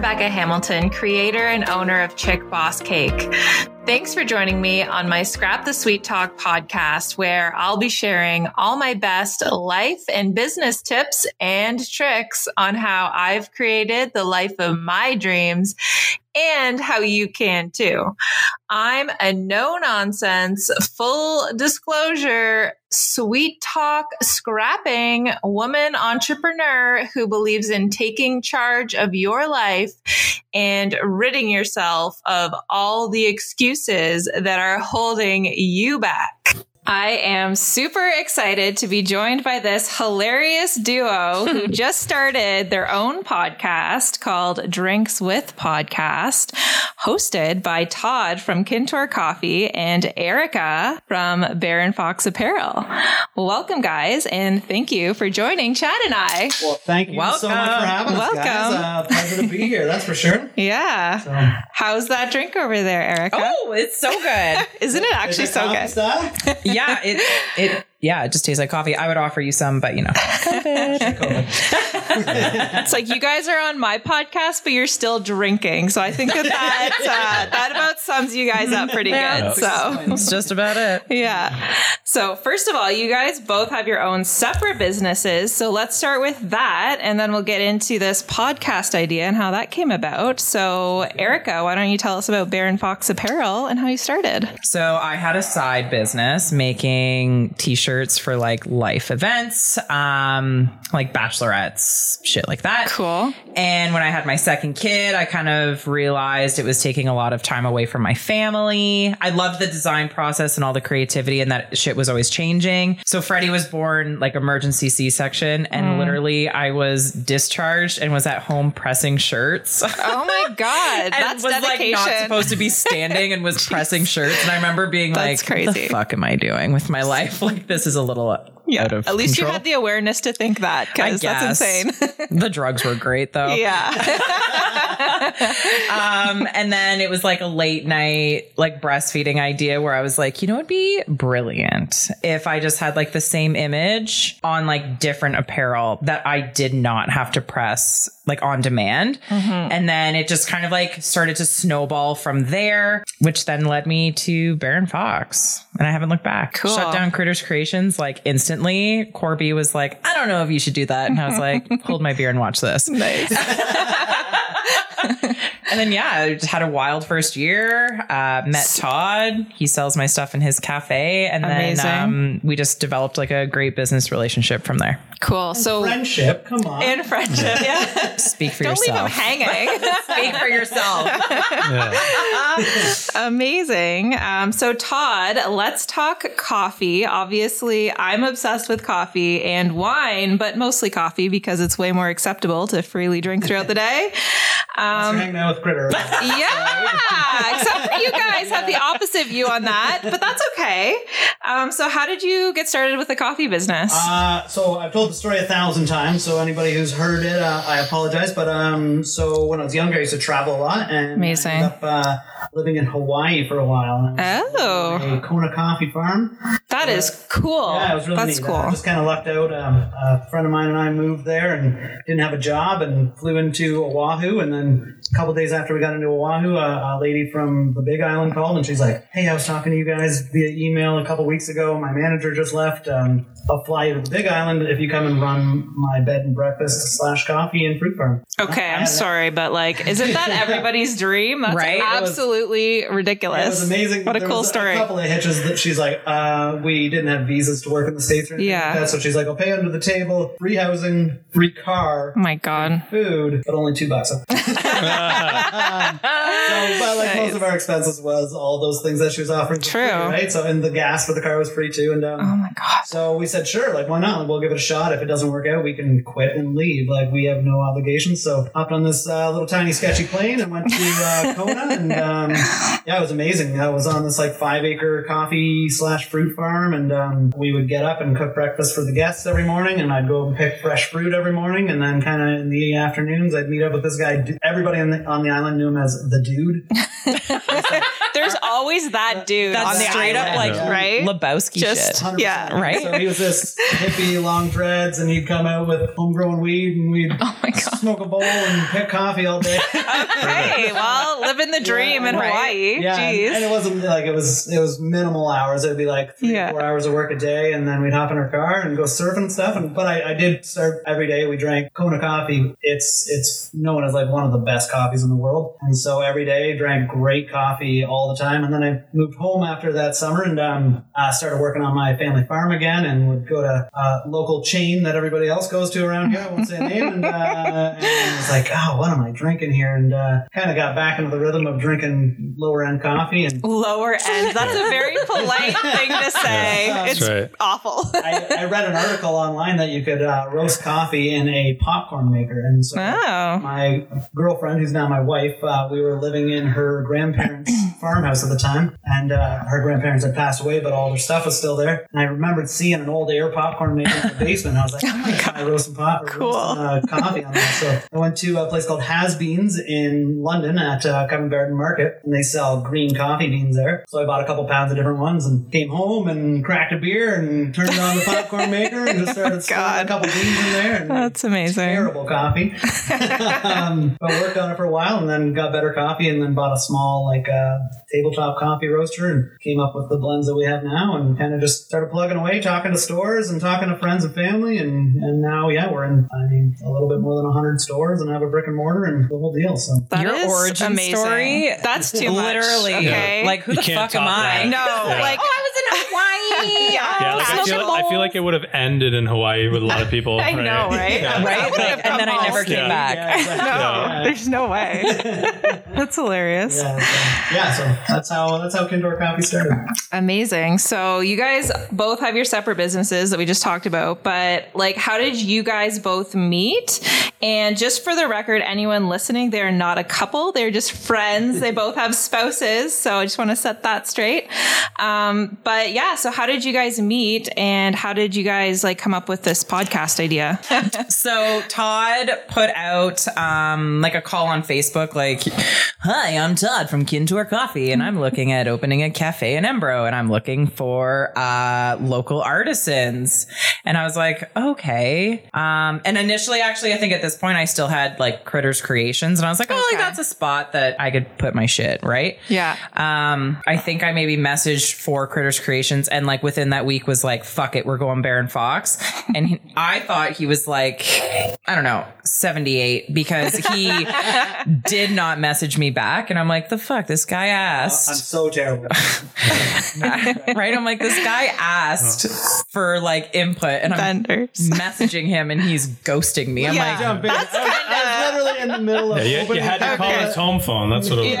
Becca Hamilton, creator and owner of Chick Boss Cake. Thanks for joining me on my Scrap the Sweet Talk podcast, where I'll be sharing all my best life and business tips and tricks on how I've created the life of my dreams and how you can too. I'm a no nonsense, full disclosure, sweet talk, scrapping woman entrepreneur who believes in taking charge of your life and ridding yourself of all the excuses that are holding you back. I am super excited to be joined by this hilarious duo who just started their own podcast called Drinks with Podcast, hosted by Todd from Kintor Coffee and Erica from Baron Fox Apparel. Welcome, guys, and thank you for joining Chad and I. Well, thank you so much for having us, Welcome. guys. Uh, pleasure to be here. That's for sure. Yeah. So- How's that drink over there, Erica? Oh, it's so good. Isn't it Is actually it so coffee good? style? yeah, it it yeah, it just tastes like coffee. I would offer you some, but you know. It's like you guys are on my podcast, but you're still drinking. So I think that that's, uh, that about sums you guys up pretty good. So. That's just about it. Yeah. So, first of all, you guys both have your own separate businesses. So, let's start with that and then we'll get into this podcast idea and how that came about. So, Erica, why don't you tell us about Baron Fox Apparel and how you started? So I had a side business making t-shirts for like life events, um, like bachelorettes, shit like that. Cool. And when I had my second kid, I kind of realized it was taking a lot of time away from my family. I loved the design process and all the creativity, and that shit was always changing. So Freddie was born like emergency C section, and Mm. literally I was discharged and was at home pressing shirts. Oh my God. And that's was dedication. like not supposed to be standing and was pressing shirts. And I remember being That's like, crazy. "The fuck am I doing with my life? Like this is a little uh, yeah. out of At least control." you had the awareness to think that because that's guess. insane. the drugs were great though. yeah. um, and then it was like a late night, like breastfeeding idea where I was like, you know, it'd be brilliant if I just had like the same image on like different apparel that I did not have to press like on demand. Mm-hmm. And then it just kind of like started to snowball from there, which then led me to Baron Fox. And I haven't looked back. Cool. Shut down Critters Creations like instantly. Corby was like, I don't know if you should do that. And I was like, hold my beer and watch this. nice. And then yeah, I just had a wild first year. Uh, met Todd. He sells my stuff in his cafe, and Amazing. then um, we just developed like a great business relationship from there. Cool. So Friendship, come on. in friendship, yeah. Speak for Don't leave him yourself. hanging. Speak for yourself. Amazing. Um, so Todd, let's talk coffee. Obviously, I'm obsessed with coffee and wine, but mostly coffee because it's way more acceptable to freely drink throughout the day. Thanks um, for hanging out with Critter. Yeah, except for you guys have the opposite view on that, but that's okay. Um, so, how did you get started with the coffee business? Uh, so I've told the story a thousand times. So anybody who's heard it, uh, I apologize. But um, so when I was younger, I used to travel a lot, and Amazing. I ended up uh, living in Hawaii for a while. And I was oh, at A Kona coffee farm. that is cool. Yeah, it was really that's neat. I cool. just kind of lucked out. Um, a friend of mine and I moved there and didn't have a job and flew into Oahu. And then a couple days after we got into Oahu, a, a lady from the Big Island called and she's like, "Hey, I was talking to you guys via email a couple weeks ago. My manager just left. Um, I'll fly you to the Big Island if you come and run my bed and breakfast slash coffee and fruit farm." Okay, I'm sorry, but like, isn't that everybody's dream? That's Right? It was- absolutely ridiculous. It was amazing. What a There cool was story. A couple of hitches that she's like, uh, we didn't have visas to work in the states or anything Yeah. like that. So she's like, I'll pay under the table, free housing, free car. Oh my god. food, but only two bucks. so, but like Nice. most of our expenses was all those things that she was offering. for True. free, right? So, and the gas for the car was free too. And um, Oh my god. so we said, sure, like why not? Like, we'll give it a shot. If it doesn't work out, we can quit and leave. Like we have no obligations. So hopped on this uh, little tiny sketchy plane and went to uh, Kona, and um, yeah, it was amazing. I was on this like five acre coffee slash fruit farm, and um, we would get up and cook breakfast for the guests every morning, and I'd go and pick fresh fruit every morning, and then kind of in the afternoons, I'd meet up with this guy. Everybody on the, on the island knew him as the dude. There's always that dude That's on the straight up island, like right? Lebowski Just- shit. 100%. Yeah. Right? So he was this hippie, long dreads, and he'd come out with homegrown weed, and we'd oh my god. smoke a bowl and pick coffee all day. hey, well, living the dream Yeah, in right. Hawaii. Yeah, Jeez. and, and it wasn't like it was it was minimal hours. It would be like three Yeah. or four hours of work a day, and then we'd hop in our car and go surfing and stuff. And but I, I did surf every day. We drank Kona coffee. It's it's known as like one of the best coffees in the world. And so every day drank great coffee all the time. And then I moved home after that summer and um, I started working on my family farm again, and would go to a local chain that everybody else goes to around here. I won't say a name. And, uh, and I was like, oh, what am I drinking here? And uh, kind of got back into the rhythm of drinking lower end coffee and. Lower end. That's a very polite thing to say. Yeah. It's That's right. awful. I, I read an article online that you could uh, roast coffee in a popcorn maker, and so Oh. my girlfriend, who's now my wife, uh, we were living in her grandparents' farmhouse at the time, and uh, her grandparents had passed away, but all their stuff was still there. And I remembered seeing an old air popcorn maker in the basement. And I was like, oh my god, I roast some pot, or Cool. roast some, uh, coffee on that. So I went to a place called Has Beans in London at uh, Covent Garden Market, and they sell green coffee beans there. So I bought a couple pounds of different ones and came home and cracked a beer and turned on the popcorn maker and just started stirring a God. couple beans in there. And That's amazing. terrible coffee. um, but worked on it for a while and then got better coffee and then bought a small like uh, tabletop coffee roaster and came up with the blends that we have now and kind of just started plugging away, talking to stores and talking to friends and family and and now yeah we're in I mean a little bit more than hundred stores and have a brick and mortar and the whole deal. So That Your is origin amazing. story? That's too much. Literally. Okay. Like, who You the can't fuck am top I? that. no, Yeah. like I was in Hawaii. Yeah. Yeah, Oh, like I that's feel, a I bowl. feel like it would have ended in Hawaii with a lot of people. I know, right? Yeah. Right? Like, and then I never came Yeah. back. yeah, exactly. no, Yeah. there's no way. That's hilarious. Yeah, so, yeah, so that's how that's how Kindor Coffee started. Amazing. So you guys both have your separate businesses that we just talked about, but like how did you guys both meet? And just for the record, anyone listening, they're not a couple, they're just friends. They both have spouses, so I just want to set that straight. Um, but yeah, so how did you guys meet and how did you guys like come up with this podcast idea? So Todd put out um, like a call on Facebook, like, "Hi, I'm Todd from Kin to Our Coffee, and I'm looking at opening a cafe in Embro, and I'm looking for uh, local artisans." And I was like, "Okay." Um, and initially, actually, I think at this point, I still had like Critters Creations, and I was like, "Oh, like Okay. that's a spot that I could put my shit right." yeah. Um, I think I maybe messaged for Critters Creations, and like within that week was like, "Fuck it, we're going Baron Fox." And he, I thought he was like, I don't know, seventy eight because he did not message me back, and I'm like, "The fuck, this guy I'm asked." so terrible. right? I'm like, "This guy asked for like input," and I'm Thunders. messaging him, and he's ghosting me. I'm Yeah. like, Jump in. I, was- I was literally in the middle of Yeah, you, you opening had to the call packet. his home phone. That's what it was.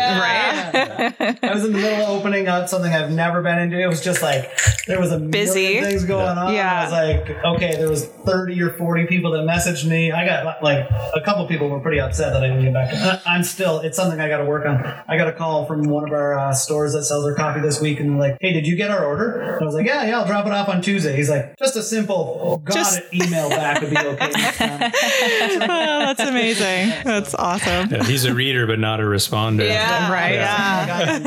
Yeah. I was in the middle of opening up something I've never been into. It was just like there was a Busy. million things going on. Yeah. I was like, okay, there was thirty or forty people that messaged me. I got like a couple people were pretty upset that I didn't get back. to I- I'm still. It's something I got to work on. I got a call from one of our uh, stores that sells our coffee this week, and they're like, hey, did you get our order? And I was like, yeah, yeah, I'll drop it off on Tuesday. He's like, just a simple got Just- it email back would be okay. Oh, that's amazing. That's awesome. Yeah, he's a reader, but not a responder. Yeah. Right. I Yeah.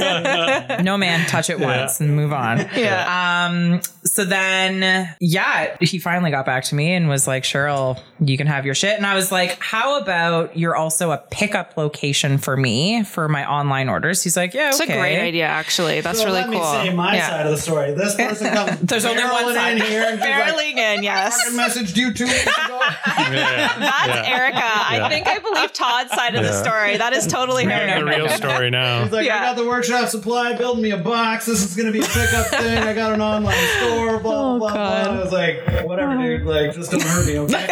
got it. no man touch it once and move on. Yeah. Um, so then, yeah, he finally got back to me and was like, Cheryl, you can have your shit. And I was like, how about you're also a pickup location for me for my online orders? He's like, yeah, It's okay. a great idea, actually. That's So really let cool. me say my yeah. side of the story. This person comes There's only one barreling side. in here and she's like, Barreling in, yes. I messaged you two weeks ago. Yeah. That's Yeah. Erica. I Yeah. think I believe Todd's side of the Yeah. story. That is totally her. The real story now. He's like, Yeah. I got the workshop supply, build me a box. This is gonna be a pickup thing. I got an online store, blah blah blah. God. blah. I was like, whatever, dude. Like, just don't hurt me, okay?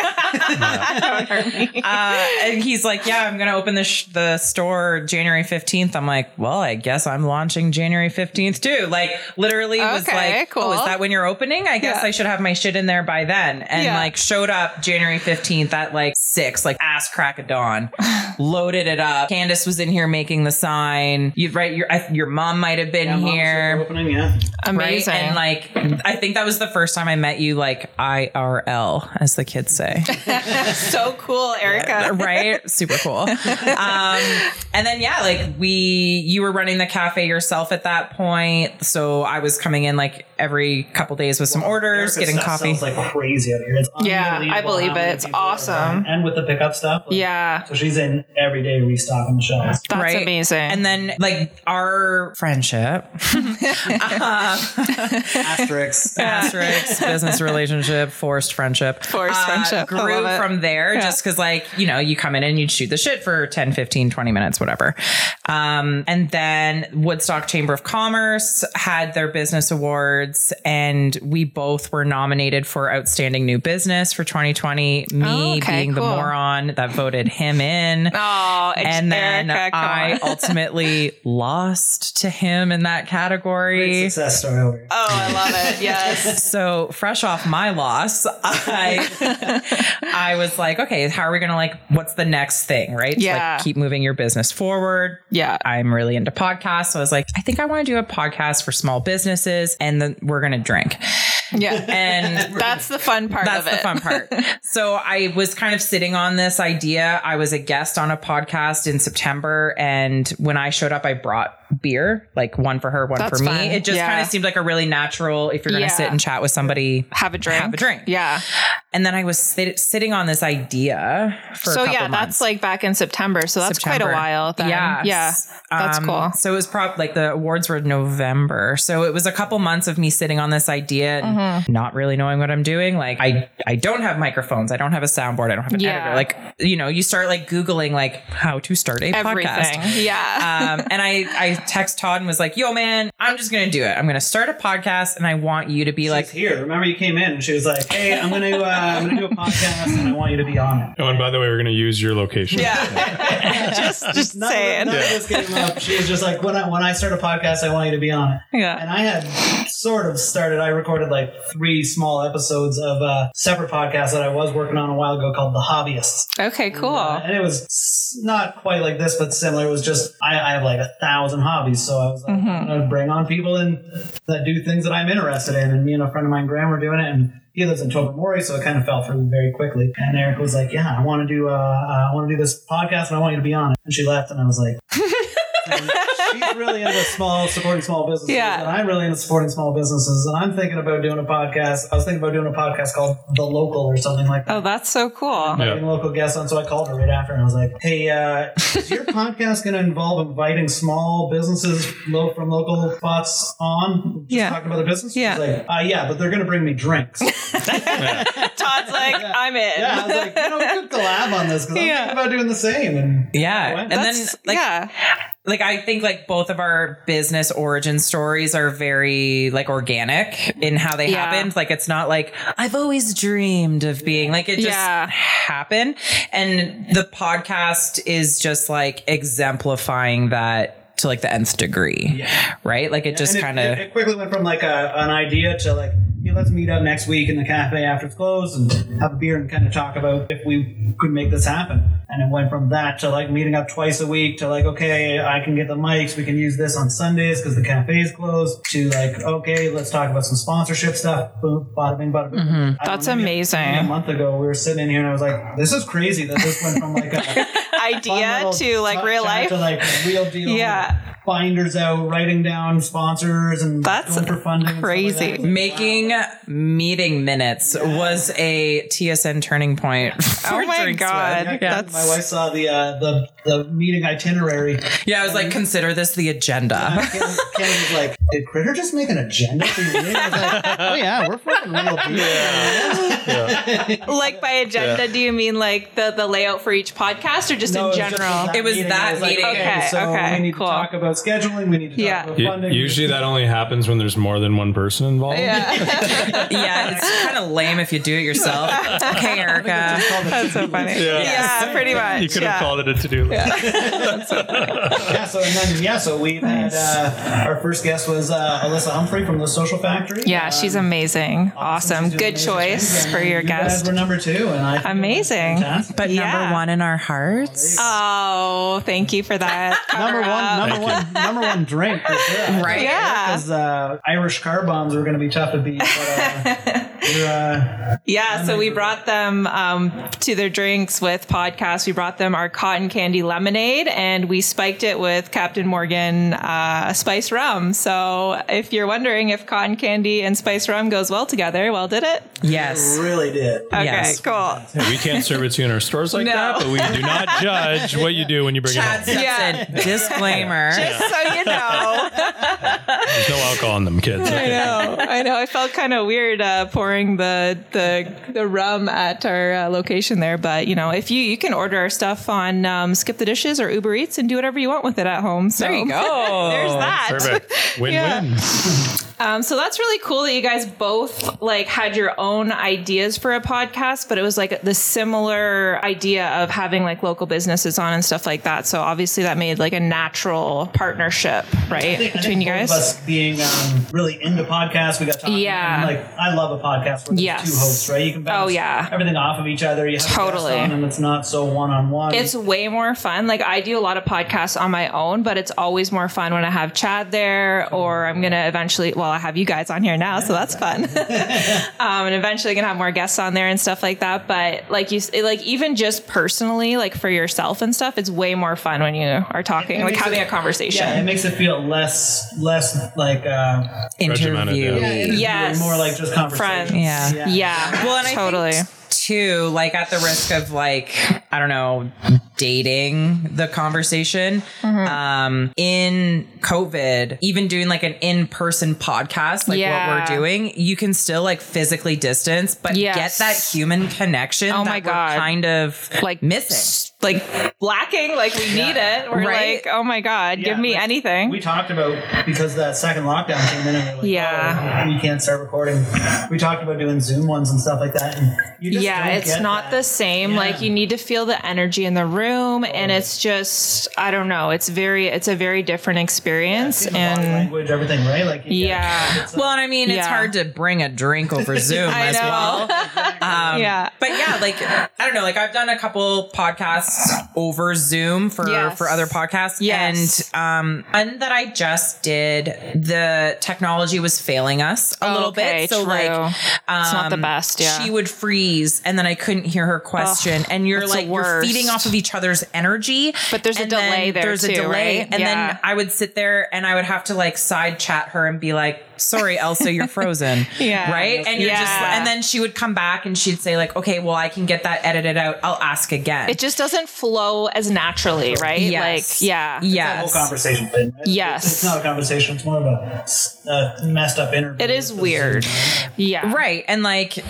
Uh, and he's like, yeah, I'm going to open the, sh- the store January 15th. I'm like, well, I guess I'm launching January 15th too. Like literally was Okay, like, cool. oh, is that when you're opening? I guess Yeah. I should have my shit in there by then. And Yeah. like showed up January 15th at like six, like ass crack of dawn, loaded it up. Candace was in here making the sign. You, right. Your, I, your mom might've been Yeah, mom's here. Opening, yeah. Amazing. Right? And like, I think that was the first time I met you, like IRL, as the kids say so cool, Erica. Uh, right super cool um and then yeah like we you were running the cafe yourself at that point so i was coming in like every couple days with some orders, America getting stuff coffee. Sells like crazy out here. It's Yeah, unbelievable I believe how many it. It's people are awesome. buying. And with the pickup stuff. like- Yeah. So she's in every day restocking the shelves. That's Right. amazing. and then, like, our friendship, Asterix. asterisk, business relationship, forced friendship. Uh, Forced friendship. I Grew love it. from there just because, like, you know, you come in and you'd shoot the shit for 10, 15, 20 minutes, whatever. Um, and then Woodstock Chamber of Commerce had their business awards, and we both were nominated for Outstanding New Business for 2020. Me Oh, okay, being the cool. moron that voted him in. oh, it's And then Erica, come I on. ultimately lost to him in that Great category. success story over here. Oh, I love it. Yes. So fresh off my loss, I I was like, okay, how are we gonna like what's the next thing, right? To, Yeah. like keep moving your business forward. yeah. I'm really into podcasts. So I was like, I think I want to do a podcast for small businesses and then we're gonna drink. Yeah. And That's the fun part that's of it. the fun part. so I was kind of sitting on this idea. I was a guest on a podcast in September, and when I showed up, I brought beer, like one for her, one That's for me. fun. It just Yeah. kind of seemed like a really natural. If you're going to Yeah. sit and chat with somebody, Have a drink. Have a drink. Yeah. and then I was sit- sitting on this idea for so a couple yeah, that's months. like back in September. So that's quite a September. while. Then. Yes. Yeah. That's Um, cool. So it was probably like the awards were November. So it was a couple months of me sitting on this idea and Mm-hmm. not really knowing what I'm doing. Like I I don't have microphones. I don't have a soundboard. I don't have an Yeah. editor. Like you know, you start like googling like how to start a Everything. Uh, podcast. Yeah. Um, and I, I text Todd and was like, yo, man, I'm just going to do it. I'm going to start a podcast and I want you to be Like like, here, remember you came in and she was like, "Hey, I'm gonna, uh, I'm gonna do a podcast and I want you to be on it." Oh, and by the way, we're going to use your location. just just None of- saying. none of this came up. She was just like, "When I when I start a podcast, I want you to be on it." Yeah. And I had sort of started. I recorded like three small episodes of a separate podcast that I was working on a while ago called "The Hobbyists." Okay. Cool. Uh, and it was s- not quite like this, but similar. It was just I, I have like a thousand hobbies, so I was like, Mm-hmm. I'm gonna bring on people and that do things that I'm interested in. And me and a friend of mine, Graham, were doing it, and he lives in Tobermory, so it kind of fell through very quickly. And Eric was like, "Yeah, I want to do, uh, uh, I want to do this podcast, and I want you to be on it." And she left, and I was like. She's really into small supporting small businesses, Yeah. and I'm really into supporting small businesses. And I'm thinking about doing a podcast. I was thinking about doing a podcast called The Local or something like that Oh, that's so cool. Yeah. inviting local guests on. So I called her right after and I was like, "Hey, uh, is your podcast going to involve inviting small businesses lo- from local spots on? Just Yeah. talking about their business." She's Yeah. like, uh, yeah, but they're going to bring me drinks. Todd's like, I'm in. yeah, I was like, you know, good collab on this because I'm Yeah. thinking about doing the same. And yeah. Well, And That's- then like, yeah. like I think like both of our business origin stories are very like organic in how they Yeah. happened. Like it's not like I've always dreamed of being like it just Yeah. happened. And the podcast is just like exemplifying that to like the nth degree. Right? Like it just and it- kind it, of it quickly went from like a, an idea to like. Hey, let's meet up next week in the cafe after it's closed and have a beer and kind of talk about if we could make this happen. And it went from that to like meeting up twice a week to like, okay, I can get the mics. We can use this on Sundays because the cafe is closed. To like, okay, let's talk about some sponsorship stuff. Boom, bada bing, bada boom. I don't Mm-hmm. That's know, maybe- amazing. maybe A month ago, we were sitting in here and I was like, this is crazy that this went from like a fun Idea little to like touch real out life. to like real deal Yeah. binders out writing down sponsors and That's going for funding and stuff like crazy. that. Making meeting minutes was a TSN turning point. Oh for my Drinks With. god. Yeah, That's my wife saw the uh, the the meeting itinerary. Yeah, I was like, consider this the agenda. Ken, Ken was like, "Did Critter just make an agenda for you?" I was like, "Oh yeah, we're fucking real deal." like by agenda, do you mean like the the layout for each podcast or just No, in it was just general? It was that I like, meeting. Okay, so okay, we need cool. to talk about scheduling. We need to talk Yeah. about U- funding. Usually that only happens when there's more than one person involved. yeah, it's kind of lame if you do it yourself. Okay, Erica. It's called a That's so funny. Yeah. Yeah, pretty much. You could yeah. have called it a to-do list. yeah, so and then yeah, so we had uh, our first guest was uh, Alyssa Humphrey from the Social Factory. Yeah, she's amazing. Awesome. Um, She's doing Good amazing choice things, and for your you guys guest. We're number two, and I Amazing. Fantastic. But Yeah. number one in our hearts. Oh, thank you for that. cover Number one, up. number one, number one drink. For sure. Right. Yeah. Because uh, Irish car bombs were going to be tough to beat. But, uh, You're, uh, Yeah, so we brought them um, to their drinks with podcasts. We brought them our cotton candy lemonade, and we spiked it with Captain Morgan uh, spice rum. So if you're wondering if cotton candy and spice rum goes well together, well, did it? Yes. really did. Okay, Yes. cool. Hey, we can't serve it to you in our stores like No. that, but we do not judge what you do when you bring Chad it home. steps Yeah. in. Disclaimer. Just so you know. There's no alcohol in them, kids. I know. I know. I felt kind of weird uh, pouring the the the rum at our uh, location there, but you know, if you you can order our stuff on um, Skip the Dishes or Uber Eats and do whatever you want with it at home. So there you go. There's that. Perfect. Win-win. Um, so that's really cool that you guys both like had your own ideas for a podcast, but it was like the similar idea of having like local businesses on and stuff like that. So obviously that made like a natural partnership, right, I think between you both of guys. us being um, really into podcasts, we got talking. Yeah. and, like I love a podcast where there's Yes. two hosts, right? You can bounce Oh, yeah. everything off of each other. You have a guest Totally. on, and it's not so one on one. It's way more fun. Like I do a lot of podcasts on my own, but it's always more fun when I have Chad there, or I'm gonna eventually. Well, I have you guys on here now, so that's fun. um, and eventually, gonna have more guests on there and stuff like that. But like you, s- like even just personally, like for yourself and stuff, it's way more fun when you are talking, like makes having it- a conversation. yeah, it makes it feel less less like uh, Regimented, yeah. Interview. Yeah, Yes. more like just conversation. Friends. Yeah. Yeah. Well, and I totally. think too, like at the risk of like I don't know, dating the conversation. Mm-hmm. Um, in COVID, even doing like an in-person podcast, like Yeah. what we're doing, you can still like physically distance, but Yes. get that human connection. Oh that my we're God. kind of like missing. like lacking, like we need it. We're Right? like, oh my god, give me like, anything. We talked about because that second lockdown came in and we were like, Yeah. oh, we can't start recording. We talked about doing Zoom ones and stuff like that. And you just yeah don't it's get not that. the same Yeah. Oh. like you need to feel the energy in the room and it's just i don't know it's very it's a very different experience It's about and language, everything, right? Like you get- yeah Well, and I mean, it's Yeah. hard to bring a drink over Zoom I as know. well. Um, Yeah. but yeah, like I don't know, like I've done a couple podcasts over Zoom for Yes. for other podcasts, Yes. and um, and that I just did. The technology was failing us a Oh, little Okay, bit, so true. like um, It's not the best, yeah. she would freeze, and then I couldn't hear her question, and you're that's the like you're worst. feeding off of each other's energy, But there's a and then delay there There's too, a delay, right? and Yeah. then I would sit there and I would have to like side chat her and be like, "Sorry, Elsa, you're frozen." Yeah. Right? And you're just Yeah. and then she would come back and she'd say like, "Okay, well, I can get that edited out. I'll ask again." it just doesn't flow as naturally right like Yes. yeah That whole yes. conversation thing. Right? Yes. It's, it's not a conversation. It's more of a s- uh, messed up interview. it is It's a weird Zoom. yeah Right. And like e-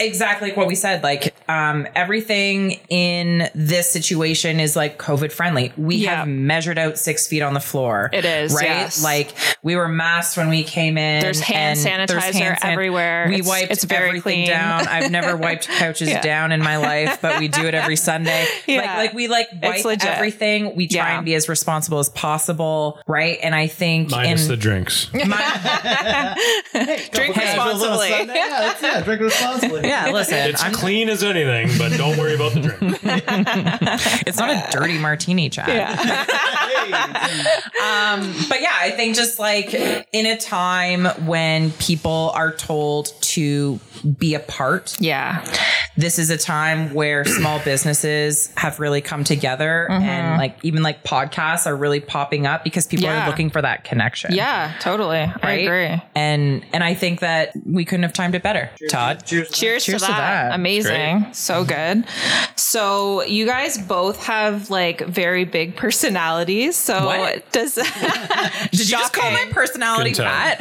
exactly what we said like um everything in this situation is like covid friendly we Yeah. have measured out six feet on the floor It is, right yes. like we were masked when we came in There's hand and there's sanitizer san- everywhere. we It's- wiped it's very everything clean. down i've never wiped couches Yeah. down in my life but we do it every sunday Yeah. like like we like wipe legit. everything we try Yeah. and be as responsible as possible right and i think Minus in the drinks. drink Hey, a little responsibly Sunday, yeah, that's it. Drink responsibly. yeah listen It's I'm- clean as anything, but don't worry about the drink. it's not a dirty martini chat yeah Hey, but yeah, I think just like in a time when people are told to be apart, yeah this is a time where small businesses have really come together Mm-hmm. and like even like podcasts are really popping up because people Yeah. are looking for that connection. yeah totally i Right? agree And and I think that we couldn't have timed it better. Todd. Cheers. Cheers, Cheers to, to that. that. Amazing. So good. So you guys both have like very big personalities. So What? does just Did you just call my Shocking. personality Couldn't tell. fat?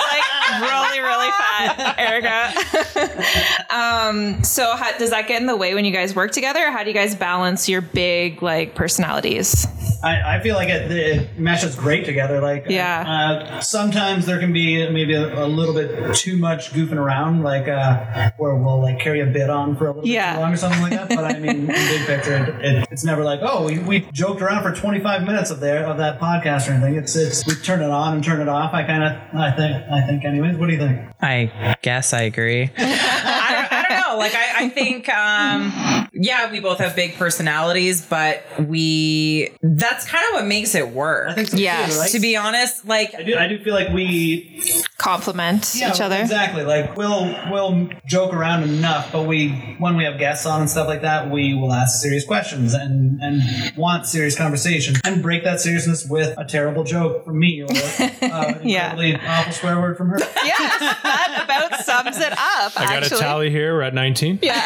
like really, really fat, Erica. um, so how, does that get in the way when you guys work together? Or how do you guys balance your big like personalities? I, I feel like it, it meshes great together. Like, Yeah. uh, sometimes there can be maybe a, a little bit too much goofing around, like uh, where we'll like carry a bit on for a little Yeah. bit too long or something like that. But I mean, in big picture, it, it, it's never like, oh, we, we joked around for 25 minutes of there of that podcast or anything. It's it's we turn it on and turn it off. I kind of I think I think anyways. What do you think? I guess I agree. I, don't, I don't know. Like I, I think um, yeah, we both have big personalities, but we that's kind of what makes it I work. think so too, Yes. right? To be honest, like I do, I do feel like we Compliment yeah, each other. exactly like we'll we'll joke around enough but we when we have guests on and stuff like that we will ask serious questions and and want serious conversation and break that seriousness with a terrible joke from me or uh, an Yeah. incredibly awful swear word from her Yes, that about sums it up. I got actually. a tally here. We're at 19. Yeah.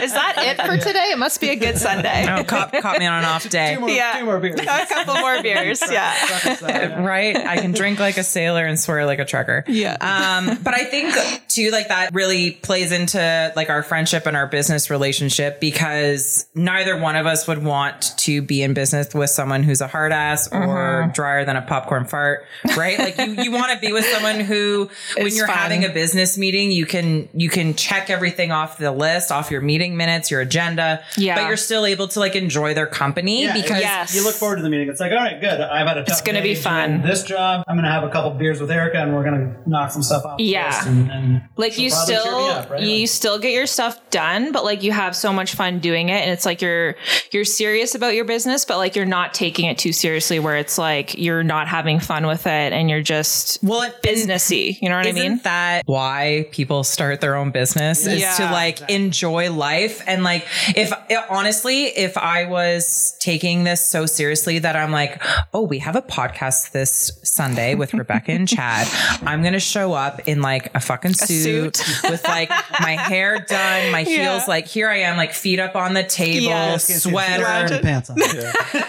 Is that it for today? It must be a good Sunday. oh, caught, caught me on an off day. two more, Yeah. two more beers a couple more beers. Yeah. Right? I can drink like a sailor and swear like a trucker. Yeah. Um, but I think too, like that really plays into like our friendship and our business relationship because neither one of us would want to be in business with someone who's a hard ass Uh-huh. or drier than a popcorn fart, right? like you, you want to be with someone who, when It's you're fun. having a business meeting, you can you can check everything off the list, off your meeting minutes, your agenda, Yeah. But you're still able to like enjoy their company Yeah, because Yes. You look forward to the meeting. It's like, all right, good. I've had a tough It's gonna be day fun. doing This job, I'm gonna have a couple beers with Erica, and we're gonna knock some stuff off. the Yeah. list and, and like she'll you probably cheer me still up, right? you Like- still get your stuff done but like you have so much fun doing it and it's like you're you're serious about your business but like you're not taking it too seriously where it's like you're not having fun with it and you're just Well, it- businessy you know what i mean Isn't that why people start their own business Yeah. is to like enjoy life and like if eh, honestly if I was taking this so seriously that I'm like oh we have a podcast this Sunday with Rebecca and Chad I'm gonna show up in like a fucking suit, with like my hair done my Yeah. heels like here I am like feet up on the table Yes. Can't see the sweater shirt and Pants on.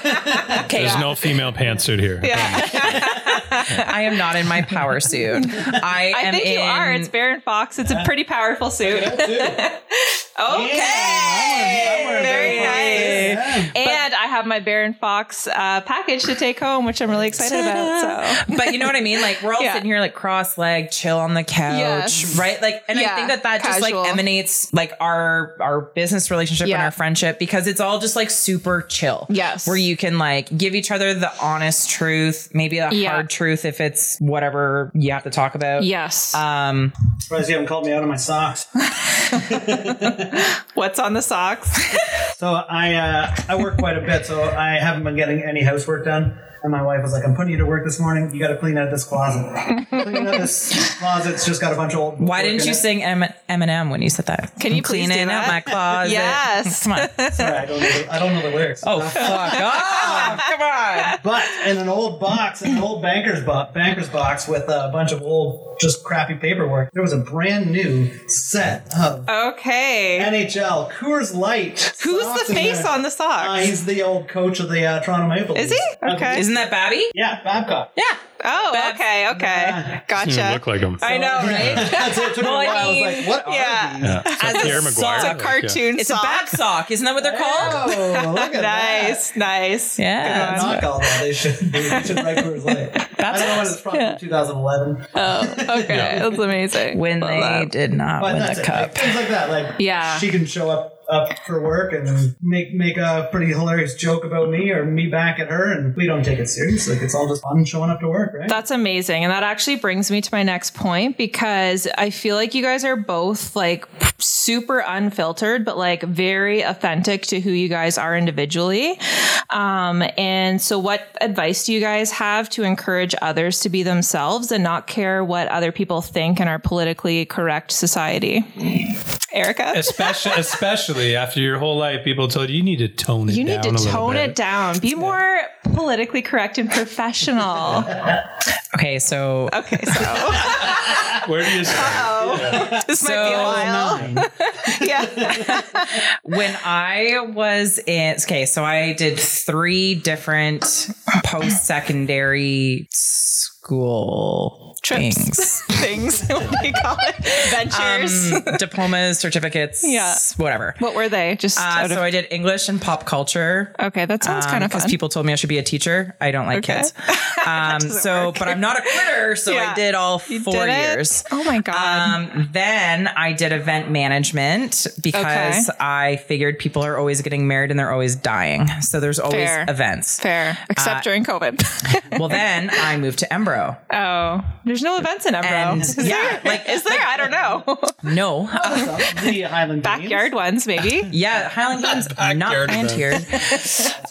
There's yeah. no female pantsuit here. yeah, I am not in my power suit I, I am think you in- are. It's Baron Fox. It's a pretty powerful suit. Yeah, too. Okay, Yeah, I'm wearing very Baron Fox. nice. Yeah. And I have my Baron Fox uh, package to take home, which I'm really excited about. So but you know what I mean? Like we're all Yeah. sitting here like cross legged, chill on the couch, Yes. right? Like, and Yeah, I think that that just casual. like emanates like our our business relationship Yeah. and our friendship because it's all just like super chill. Yes. where you can like give each other the honest truth, maybe a Yeah. hard truth if it's whatever you have to talk about. yes, Um, Surprised you haven't called me out on my socks. what's on the socks? So I uh, I work quite a bit, so I haven't been getting any housework done. And my wife was like, "I'm putting you to work this morning. You got to clean out this closet. clean out this closet's just got a bunch of old." why work didn't in you it." sing M- Eminem when you said that? Can you I'm please cleaning do out that? my closet? Yes. Come on. Sorry, I don't know. The, I don't know the lyrics. Oh fuck off! Come on. But in an old box, in an old banker's box, banker's box with a bunch of old, just crappy paperwork, there was a brand new set of Okay. NHL Coors Light. Who's socks the in face there. on the socks? Uh, he's the old coach of the uh, Toronto Maple Leafs. Is he? Okay. Isn't that Babby? Yeah, Babcock. Yeah. oh, Babs. okay, okay. Doesn't even Gotcha. look like him. I know, right? That's it. Took me a Well, I while. I was mean, like, what are yeah. these? Yeah. It's like As a Pierre sock. Maguire. It's a like, yeah. cartoon It's sock. a bab sock. Isn't that what they're called? Oh, look at that. Nice, nice. Yeah. Good one. Not called that. They should, they should write Coors Light. I don't know when it's from, 2011. Oh, okay. That's amazing. when Love they that. did not But win that's the it. cup. Like, things like that. Like Yeah. she can show up up for work and make make a pretty hilarious joke about me or me back at her, and we don't take it serious. Like it's all just fun showing up to work, right? That's amazing. And that actually brings me to my next point because I feel like you guys are both like super unfiltered, but like very authentic to who you guys are individually. Um, and so, what advice do you guys have to encourage others to be themselves and not care what other people think in our politically correct society? Erica? especially especially after your whole life people told you you need to tone it You down need to a little tone bit. it down. Be more politically correct and professional. Okay, so okay, so where do you start? this might be a So- while. Yeah. when I was in, okay, so I did three different post secondary school Trips. things. things. What do you call it? Ventures. Um, diplomas, certificates, Yeah. whatever. what were they? Just Uh, out so of, I did English and pop culture. okay. That sounds kind of Oh, because fun. people told me I should be a teacher. I don't like Okay. kids. Um, so, but I'm not a quitter. So Yeah. I did all four did it? years. Oh my God. Um, then I did event management because Okay. I figured people are always getting married and they're always dying. So there's always Fair. events. Uh, Fair, except during COVID. Well, then I moved to Embro. oh, There's no events in Emerald. And- is yeah, there? like- is there? I don't know. No. Oh. Uh, the Highland Backyard ones, maybe. yeah, Highland Games not Backyard planned here.